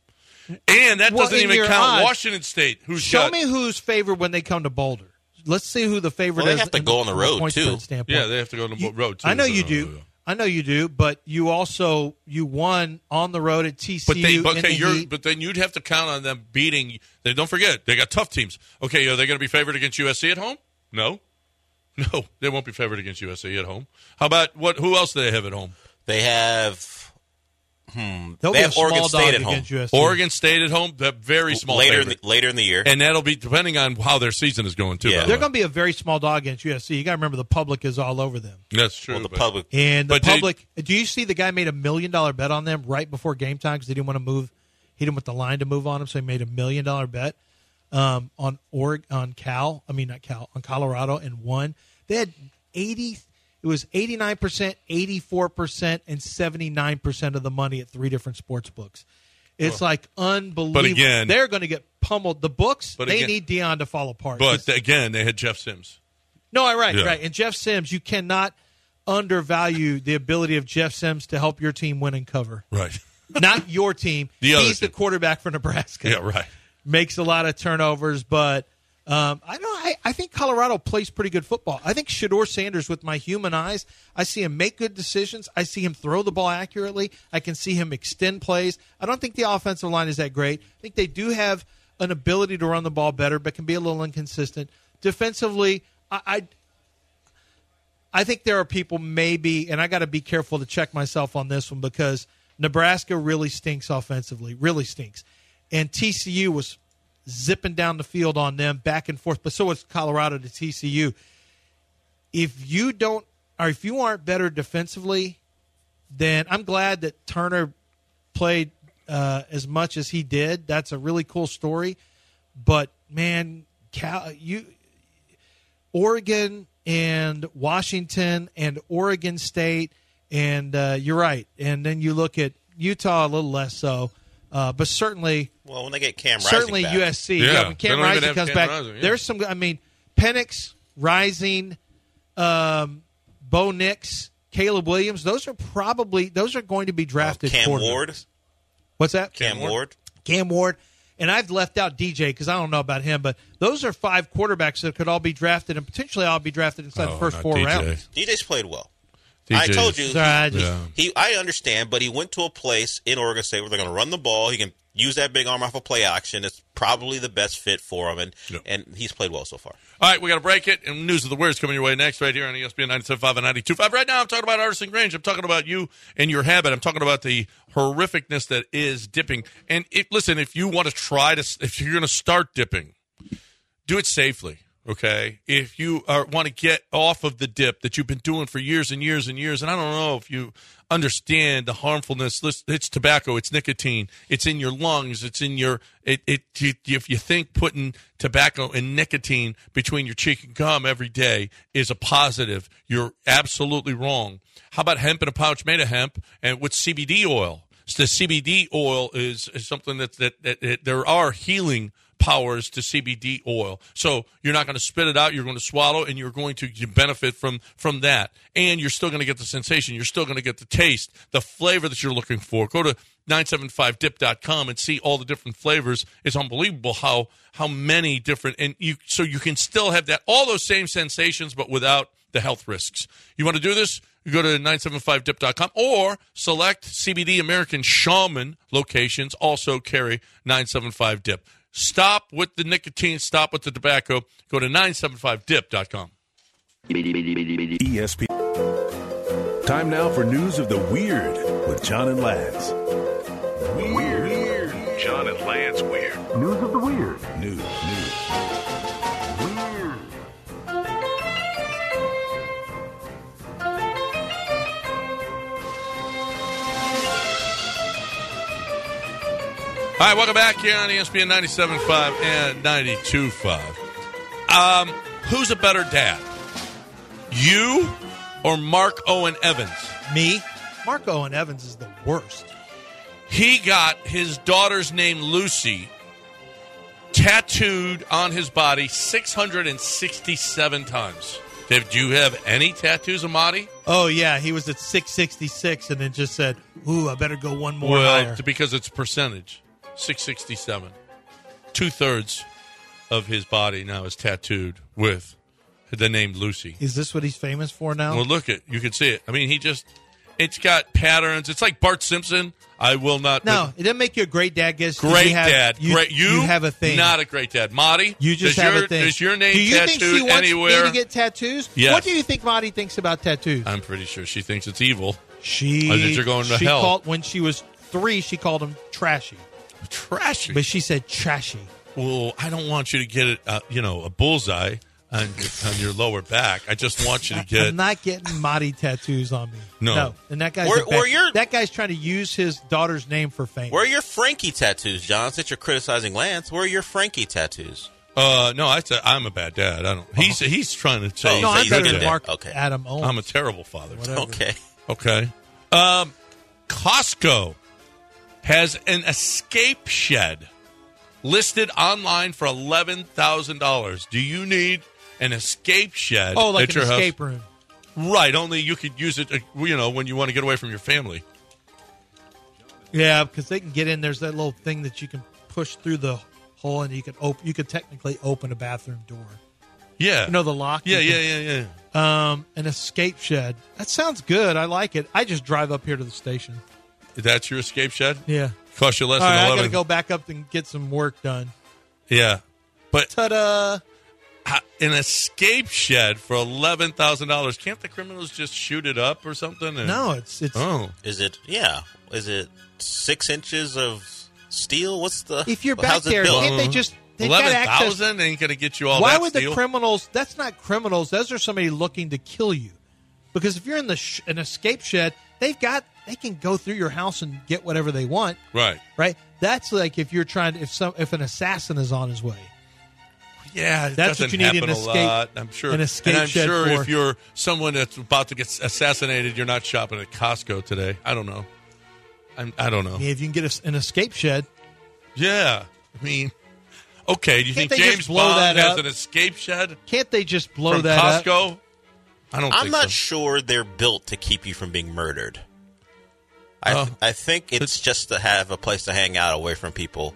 Speaker 3: And that
Speaker 1: Well,
Speaker 3: doesn't
Speaker 1: in
Speaker 3: even
Speaker 1: your
Speaker 3: count
Speaker 1: odds-
Speaker 3: Washington State, who's
Speaker 1: Show
Speaker 3: got-
Speaker 1: me who's favored when they come to Boulder. Let's see who the favorite
Speaker 5: Well, they
Speaker 1: is.
Speaker 5: have to
Speaker 1: in-
Speaker 5: go on the
Speaker 1: from a
Speaker 5: road,
Speaker 1: point
Speaker 5: too.
Speaker 1: spread standpoint.
Speaker 3: Yeah, they have to go on the bo- road too.
Speaker 1: I know
Speaker 3: so-
Speaker 1: you do. I know you do, but you also you won on the road at TCU.
Speaker 3: But they,
Speaker 1: in the
Speaker 3: okay, you're,
Speaker 1: heat.
Speaker 3: but then you'd have to count on them beating. They don't forget they got tough teams. Okay, are they going to be favored against USC at home? No, no, they won't be favored against USC at home. How about what? Who else do they have at home?
Speaker 5: They have
Speaker 1: They'll
Speaker 5: They
Speaker 1: be
Speaker 5: have
Speaker 1: a small
Speaker 5: Oregon State
Speaker 1: dog
Speaker 5: at home.
Speaker 1: against USC.
Speaker 3: Oregon State at home. They're very small.
Speaker 5: later in the,
Speaker 3: favorite.
Speaker 5: later in the year.
Speaker 3: and that'll be depending on how their season is going too.
Speaker 5: Yeah.
Speaker 3: by the
Speaker 1: They're
Speaker 3: way.
Speaker 1: going to be a very small dog against USC. You got to remember the public is all over them.
Speaker 3: That's true.
Speaker 5: well, the
Speaker 3: but-
Speaker 5: public
Speaker 1: And the
Speaker 3: But did-
Speaker 1: public. do you see the guy made a million dollar bet on them right before game time because he didn't want to move? He didn't want the line to move on him, so he made a million dollar bet um, on Org on Cal. I mean, not Cal on Colorado and won. They had eighty. It was eighty nine percent, eighty four percent, and seventy nine percent of the money at three different sports books. It's like unbelievable.
Speaker 3: again-
Speaker 1: they're going to get pummeled. The books
Speaker 3: But
Speaker 1: they
Speaker 3: again-
Speaker 1: need Dion to fall apart.
Speaker 3: But again, they had Jeff Sims.
Speaker 1: No, I right,
Speaker 3: Yeah.
Speaker 1: right. And Jeff Sims, you cannot undervalue the ability of Jeff Sims to help your team win and cover.
Speaker 3: Right.
Speaker 1: not your team.
Speaker 3: The other
Speaker 1: He's the
Speaker 3: team.
Speaker 1: quarterback for Nebraska.
Speaker 3: Yeah, right.
Speaker 1: Makes a lot of turnovers, but um, I know I, I think Colorado plays pretty good football. I think Shador Sanders, with my human eyes, I see him make good decisions. I see him throw the ball accurately. I can see him extend plays. I don't think the offensive line is that great. I think they do have an ability to run the ball better, but can be a little inconsistent defensively. I, I I think there are people maybe, and I got to be careful to check myself on this one because Nebraska really stinks offensively, really stinks. And TCU was zipping down the field on them back and forth, but so was Colorado to TCU. If you don't, or if you aren't better defensively, then I'm glad that Turner played uh, as much as he did. That's a really cool story. But man, Cal, you Oregon and Washington and Oregon State, and uh, you're right. And then you look at Utah a little less so, uh, but certainly
Speaker 5: Well, when they get Cam Rising
Speaker 1: certainly
Speaker 5: back,
Speaker 1: USC.
Speaker 3: Yeah,
Speaker 1: when
Speaker 3: they
Speaker 1: Cam
Speaker 3: don't even
Speaker 1: Rising
Speaker 3: have
Speaker 1: comes
Speaker 3: Cam
Speaker 1: back.
Speaker 3: Rising, yeah.
Speaker 1: There's some. I mean, Penix, Rising, um, Bo Nix, Caleb Williams. Those are probably those are going to be drafted.
Speaker 5: Oh, Cam
Speaker 1: quarterbacks.
Speaker 5: Ward,
Speaker 1: What's that?
Speaker 5: Cam Ward.
Speaker 1: Cam Ward, and I've left out DJ because I don't know about him, but those are five quarterbacks that could all be drafted and potentially all be drafted inside the
Speaker 3: Oh,
Speaker 1: first
Speaker 3: not
Speaker 1: four
Speaker 3: DJ.
Speaker 1: rounds.
Speaker 5: DJ's played well. I
Speaker 3: DJ.
Speaker 5: told you.
Speaker 1: So I just-
Speaker 3: Yeah.
Speaker 5: He, I understand, but he went to a place in Oregon State where they're going to run the ball. He can use that big arm off of play action. It's probably the best fit for him, and
Speaker 3: Yep.
Speaker 5: and he's played well so far.
Speaker 3: All right, we got to break it. And news of the Warriors coming your way next, right here on E ESPN 975 and 925. Right now, I'm talking about Artisan Grange. I'm talking about you and your habit. I'm talking about the horrificness that is dipping. And if, listen, if you want to try to, if you're going to start dipping, do it safely. Okay. If you are, want to get off of the dip that you've been doing for years and years and years, and I don't know if you understand the harmfulness. Listen, It's tobacco. It's nicotine. It's in your lungs. It's in your. It. it you, if you think putting tobacco and nicotine between your cheek and gum every day is a positive, you're absolutely wrong. How about hemp in a pouch made of hemp and with CBD oil? the CBD oil is, is something that, that, that, that there are healing powers to CBD oil. So you're not going to spit it out. You're going to swallow, and you're going to you benefit from from that. And you're still going to get the sensation. You're still going to get the taste, the flavor that you're looking for. Go to 975dip.com and see all the different flavors. It's unbelievable how how many different and you so you can still have that all those same sensations, but without the health risks. You want to do this? You go to 975dip.com or select CBD American Shaman locations also carry 975dip. Stop with the nicotine, stop with the tobacco. Go to 975dip.com.
Speaker 2: ESP. E Time now for news of the weird with John and Lance. Weird. John and Lance weird. News of the weird. News. News.
Speaker 3: All right, welcome back here on E ESPN 97.5 and 92.5. Um, who's a better dad? You or Mark Owen Evans?
Speaker 1: Me, Mark Owen Evans is the worst.
Speaker 3: he got his daughter's name Lucy tattooed on his body 667 times. Dave, do you have any tattoos, Amadi?
Speaker 1: Oh yeah, he was at six sixty six, and then just said, "Ooh, I better go one more higher."
Speaker 3: it's because it's percentage 667. Two thirds of his body now is tattooed with the name Lucy.
Speaker 1: Is this what he's famous for now?
Speaker 3: Well, look it. You can see it. I mean, he just, it's got patterns. It's like Bart Simpson. I will not.
Speaker 1: no, it doesn't make you a great dad. Guess
Speaker 3: Great
Speaker 1: you have,
Speaker 3: dad.
Speaker 1: You,
Speaker 3: great. You,
Speaker 1: have a thing.
Speaker 3: Not a great dad. Marty.
Speaker 1: you just
Speaker 3: does
Speaker 1: have
Speaker 3: your,
Speaker 1: a thing.
Speaker 3: Is your name
Speaker 1: do you
Speaker 3: tattooed
Speaker 1: think she wants
Speaker 3: anywhere?
Speaker 1: Me to get tattoos?
Speaker 3: Yes.
Speaker 1: What do you think Marty thinks about tattoos?
Speaker 3: I'm pretty sure she thinks it's evil.
Speaker 1: She
Speaker 3: I think Oh, you're going to
Speaker 1: she
Speaker 3: hell.
Speaker 1: Called, when she was three, she called him trashy,
Speaker 3: Trashy.
Speaker 1: but she said trashy.
Speaker 3: well, I don't want you to get it. Uh, you know, a bullseye on your, on your lower back. I just want you to get.
Speaker 1: I'm not getting Marty tattoos on me.
Speaker 3: No.
Speaker 1: and that guy's
Speaker 5: Where-
Speaker 1: a bad-
Speaker 5: where you're-
Speaker 1: that guy's trying to use his daughter's name for fame.
Speaker 5: Where are your Frankie tattoos, John? Since you're criticizing Lance, where are your Frankie tattoos?
Speaker 3: uh, no, I said I'm a bad dad. I don't. He's he's trying to say.
Speaker 5: Oh,
Speaker 1: no,
Speaker 5: so
Speaker 1: I'm
Speaker 5: you
Speaker 1: better
Speaker 5: did
Speaker 1: than
Speaker 5: that.
Speaker 1: Mark
Speaker 5: Okay.
Speaker 1: Adam Owens.
Speaker 3: I'm a terrible father.
Speaker 1: Whatever.
Speaker 5: Okay,
Speaker 3: Okay. Um, Costco has an escape shed listed online for eleven thousand dollars. Do you need an escape shed?
Speaker 1: Oh,
Speaker 3: at
Speaker 1: like an
Speaker 3: your
Speaker 1: escape
Speaker 3: house?
Speaker 1: room.
Speaker 3: Right. Only you could use it. uh, You know, when you want to get away from your family.
Speaker 1: Yeah, because they can get in. There's that little thing that you can push through the hole, and you can open. You could technically open a bathroom door.
Speaker 3: Yeah.
Speaker 1: You know the lock.
Speaker 3: yeah,
Speaker 1: You
Speaker 3: yeah,
Speaker 1: can-
Speaker 3: yeah, yeah.
Speaker 1: Um, an escape shed. That sounds good. I like it. I just drive up here to the station.
Speaker 3: That's your escape shed?
Speaker 1: Yeah.
Speaker 3: Cost you less
Speaker 1: All
Speaker 3: than
Speaker 1: right, I
Speaker 3: 11.
Speaker 1: gotta go back up and get some work done.
Speaker 3: Yeah. But
Speaker 1: Ta-da!
Speaker 3: uh, an escape shed for $11,000. Can't the criminals just shoot it up or something? And-
Speaker 1: No, it's it's
Speaker 3: Oh.
Speaker 5: Is it? Yeah. Is it six inches of steel? What's the?
Speaker 1: if you're back
Speaker 5: how's it
Speaker 1: there,
Speaker 5: built?
Speaker 1: can't they just they got access?
Speaker 3: 11000 ain't going to get you all
Speaker 1: Why
Speaker 3: that
Speaker 1: would
Speaker 3: steel.
Speaker 1: the criminals? That's not criminals. Those are somebody looking to kill you. Because if you're in the sh- an escape shed, they've got they can go through your house and get whatever they want.
Speaker 3: right.
Speaker 1: Right? That's like if you're trying to, if some if an assassin is on his way.
Speaker 3: Yeah, it
Speaker 1: That's
Speaker 3: doesn't
Speaker 1: what you need
Speaker 3: happen
Speaker 1: an
Speaker 3: a
Speaker 1: escape-
Speaker 3: lot. I'm sure.
Speaker 1: an escape
Speaker 3: and I'm
Speaker 1: shed
Speaker 3: sure
Speaker 1: for.
Speaker 3: if you're someone that's about to get assassinated, you're not shopping at Costco today. I don't know. I'm, I don't know.
Speaker 1: I mean, if you can get a s an escape shed,
Speaker 3: Yeah, I mean, okay. Do you
Speaker 1: Can't
Speaker 3: think
Speaker 1: they just
Speaker 3: James
Speaker 1: blow that
Speaker 3: Bond has
Speaker 1: up?
Speaker 3: an escape shed
Speaker 1: can't they just blow
Speaker 3: from
Speaker 1: that up?
Speaker 3: Costco? I don't.
Speaker 5: I'm
Speaker 3: think
Speaker 5: not
Speaker 3: so.
Speaker 5: sure they're built to keep you from being murdered. I
Speaker 3: Oh.
Speaker 5: I think it's just to have a place to hang out away from people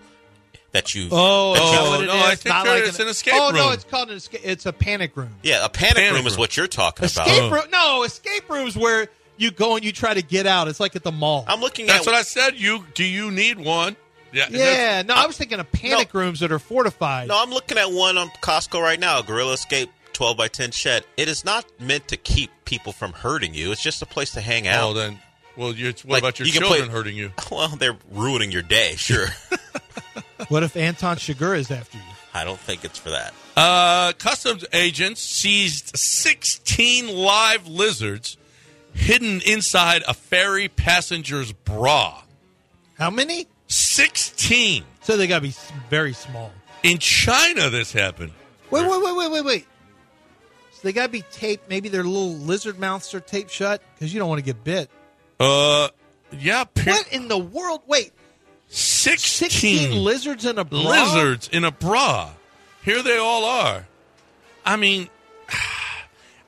Speaker 5: that you.
Speaker 1: Oh, is that what it
Speaker 3: no, I
Speaker 1: is?
Speaker 3: think
Speaker 1: Not
Speaker 3: there
Speaker 1: like
Speaker 3: is an escape
Speaker 1: oh, no,
Speaker 3: room.
Speaker 1: it's called an escape. It's a panic room.
Speaker 5: Yeah, oh. a panic,
Speaker 3: Panic
Speaker 5: room, is
Speaker 3: room.
Speaker 5: what you're talking about.
Speaker 1: Escape room? No, escape rooms where you go and you try to get out. It's like at the mall.
Speaker 5: I'm looking
Speaker 3: That's
Speaker 5: at
Speaker 3: what I said. You do you need one? Yeah. that's-
Speaker 1: yeah, no, I was thinking of panic rooms that are fortified.
Speaker 5: No, I'm looking at one on Costco right now, Gorilla Escape 12 by 10 shed. It is not meant to keep people from hurting you. It's just a place to hang out.
Speaker 3: Oh, then. Well, you it's what
Speaker 5: Like,
Speaker 3: about your
Speaker 5: you can
Speaker 3: children
Speaker 5: play-
Speaker 3: hurting you?
Speaker 5: well, they're ruining your day, sure.
Speaker 1: What if Anton Chigurh is after you?
Speaker 5: I don't think it's for that.
Speaker 3: Uh, customs agents seized 16 live lizards hidden inside a ferry passenger's bra.
Speaker 1: How many?
Speaker 3: 16
Speaker 1: So they got to be s- very small.
Speaker 3: in China. This happened.
Speaker 1: Wait, wait, wait, wait, wait, wait. So they got to be taped. Maybe their little lizard mouths are taped shut because you don't want to get bit.
Speaker 3: Uh, yeah. appa-
Speaker 1: What in the world? Wait,
Speaker 3: 16,
Speaker 1: 16 lizards in a bra?
Speaker 3: lizards in a bra. Here they all are. I mean,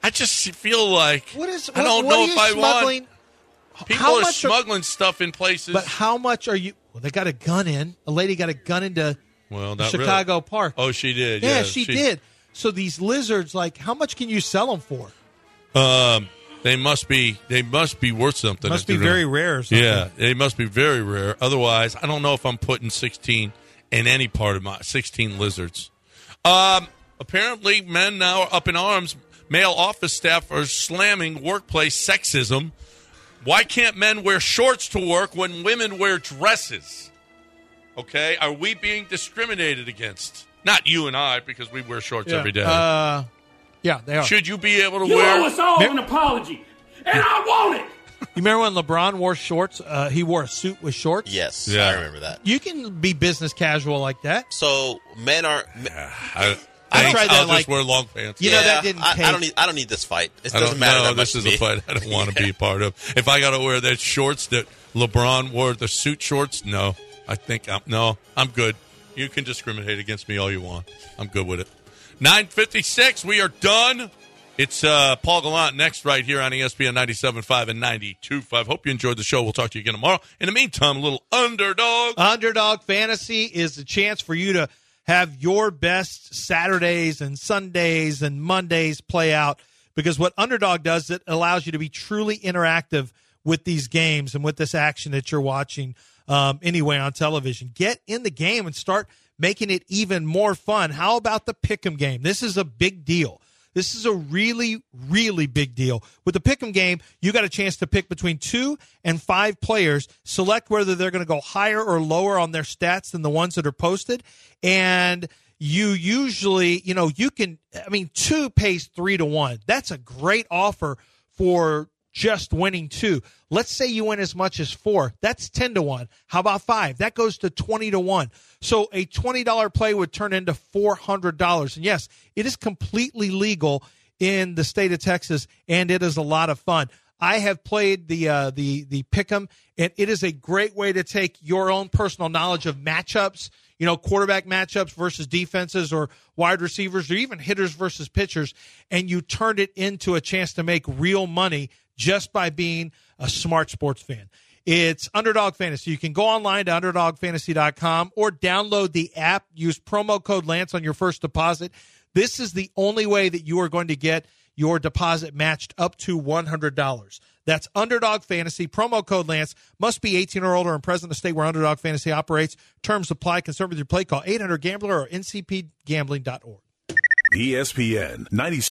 Speaker 3: I just feel like
Speaker 1: What is? What,
Speaker 3: I don't
Speaker 1: what
Speaker 3: know
Speaker 1: are you
Speaker 3: if I
Speaker 1: smuggling?
Speaker 3: want. People
Speaker 1: How
Speaker 3: are
Speaker 1: much are-
Speaker 3: smuggling stuff in places.
Speaker 1: But how much are you? Well, they got a gun in. A lady got a gun into
Speaker 3: well, not really.
Speaker 1: Chicago Park.
Speaker 3: Oh, she did.
Speaker 1: yeah,
Speaker 3: Yeah,
Speaker 1: she, did. So these lizards, like, how much can you sell them for?
Speaker 3: Um, they must be. They must be worth something.
Speaker 1: Must
Speaker 3: if
Speaker 1: be
Speaker 3: they're-
Speaker 1: very rare. Or something.
Speaker 3: Yeah, they must be very rare. Otherwise, I don't know if I'm putting 16 in any part of my 16 lizards. Um, apparently, men now are up in arms. Male office staff are slamming workplace sexism. Why can't men wear shorts to work when women wear dresses? Okay, are we being discriminated against? Not you and I, because we wear shorts every day.
Speaker 1: Uh, yeah, they are.
Speaker 3: Should you be able to
Speaker 7: You
Speaker 3: wear?
Speaker 7: owe us all
Speaker 1: Mer-
Speaker 7: an apology, and I want it.
Speaker 1: You remember when LeBron wore shorts? Uh, he wore a suit with shorts.
Speaker 5: Yes,
Speaker 3: Yeah.
Speaker 5: I remember that.
Speaker 1: You can be business casual like that.
Speaker 5: So, men aren't. men-
Speaker 3: I,
Speaker 1: I
Speaker 3: I
Speaker 1: tried that,
Speaker 3: will
Speaker 1: like-
Speaker 3: just wear long pants.
Speaker 1: You know, that didn't
Speaker 5: I, I
Speaker 1: take-
Speaker 5: don't need. I don't need this fight. It
Speaker 3: I
Speaker 5: doesn't
Speaker 3: don't
Speaker 5: matter.
Speaker 3: know.
Speaker 5: that much
Speaker 3: This is
Speaker 5: to
Speaker 3: a
Speaker 5: me.
Speaker 3: fight I don't want to be a part of. If I got to wear that shorts that LeBron wore, the suit shorts, no. I think I'm no. I'm good. You can discriminate against me all you want. I'm good with it. Nine fifty six. We are done. It's uh, Paul Gallant next right here on E ESPN 97.5 and 92.5. Hope you enjoyed the show. We'll talk to you again tomorrow. In the meantime, a little underdog.
Speaker 1: Underdog fantasy is the chance for you to have your best Saturdays and Sundays and Mondays play out because what Underdog does it allows you to be truly interactive with these games and with this action that you're watching um, anyway on television. Get in the game and start making it even more fun. How about the pick'em game? This is a big deal. This is a really, really big deal. With the pick'em game, you got a chance to pick between two and five players, select whether they're going to go higher or lower on their stats than the ones that are posted, and you usually, you know, you can. I mean, two pays three to one. That's a great offer for just winning two. Let's say you win as much as four. That's 10 to one. How about five? That goes to 20 to one. So a $20 play would turn into $400. And yes, it is completely legal in the state of Texas and it is a lot of fun. I have played the uh, the the pick'em, and it is a great way to take your own personal knowledge of matchups. You know, quarterback matchups versus defenses, or wide receivers, or even hitters versus pitchers, and you turned it into a chance to make real money just by being a smart sports fan. It's Underdog Fantasy. You can go online to underdogfantasy.com or download the app. Use promo code Lance on your first deposit. This is the only way that you are going to get your deposit matched up to $100. That's Underdog Fantasy. Promo code Lance must be 18 or older and present in the state where Underdog Fantasy operates. Terms apply.
Speaker 2: E
Speaker 1: Concerned with your play, call 800 Gambler or ncpgambling.org.
Speaker 2: ESPN 96.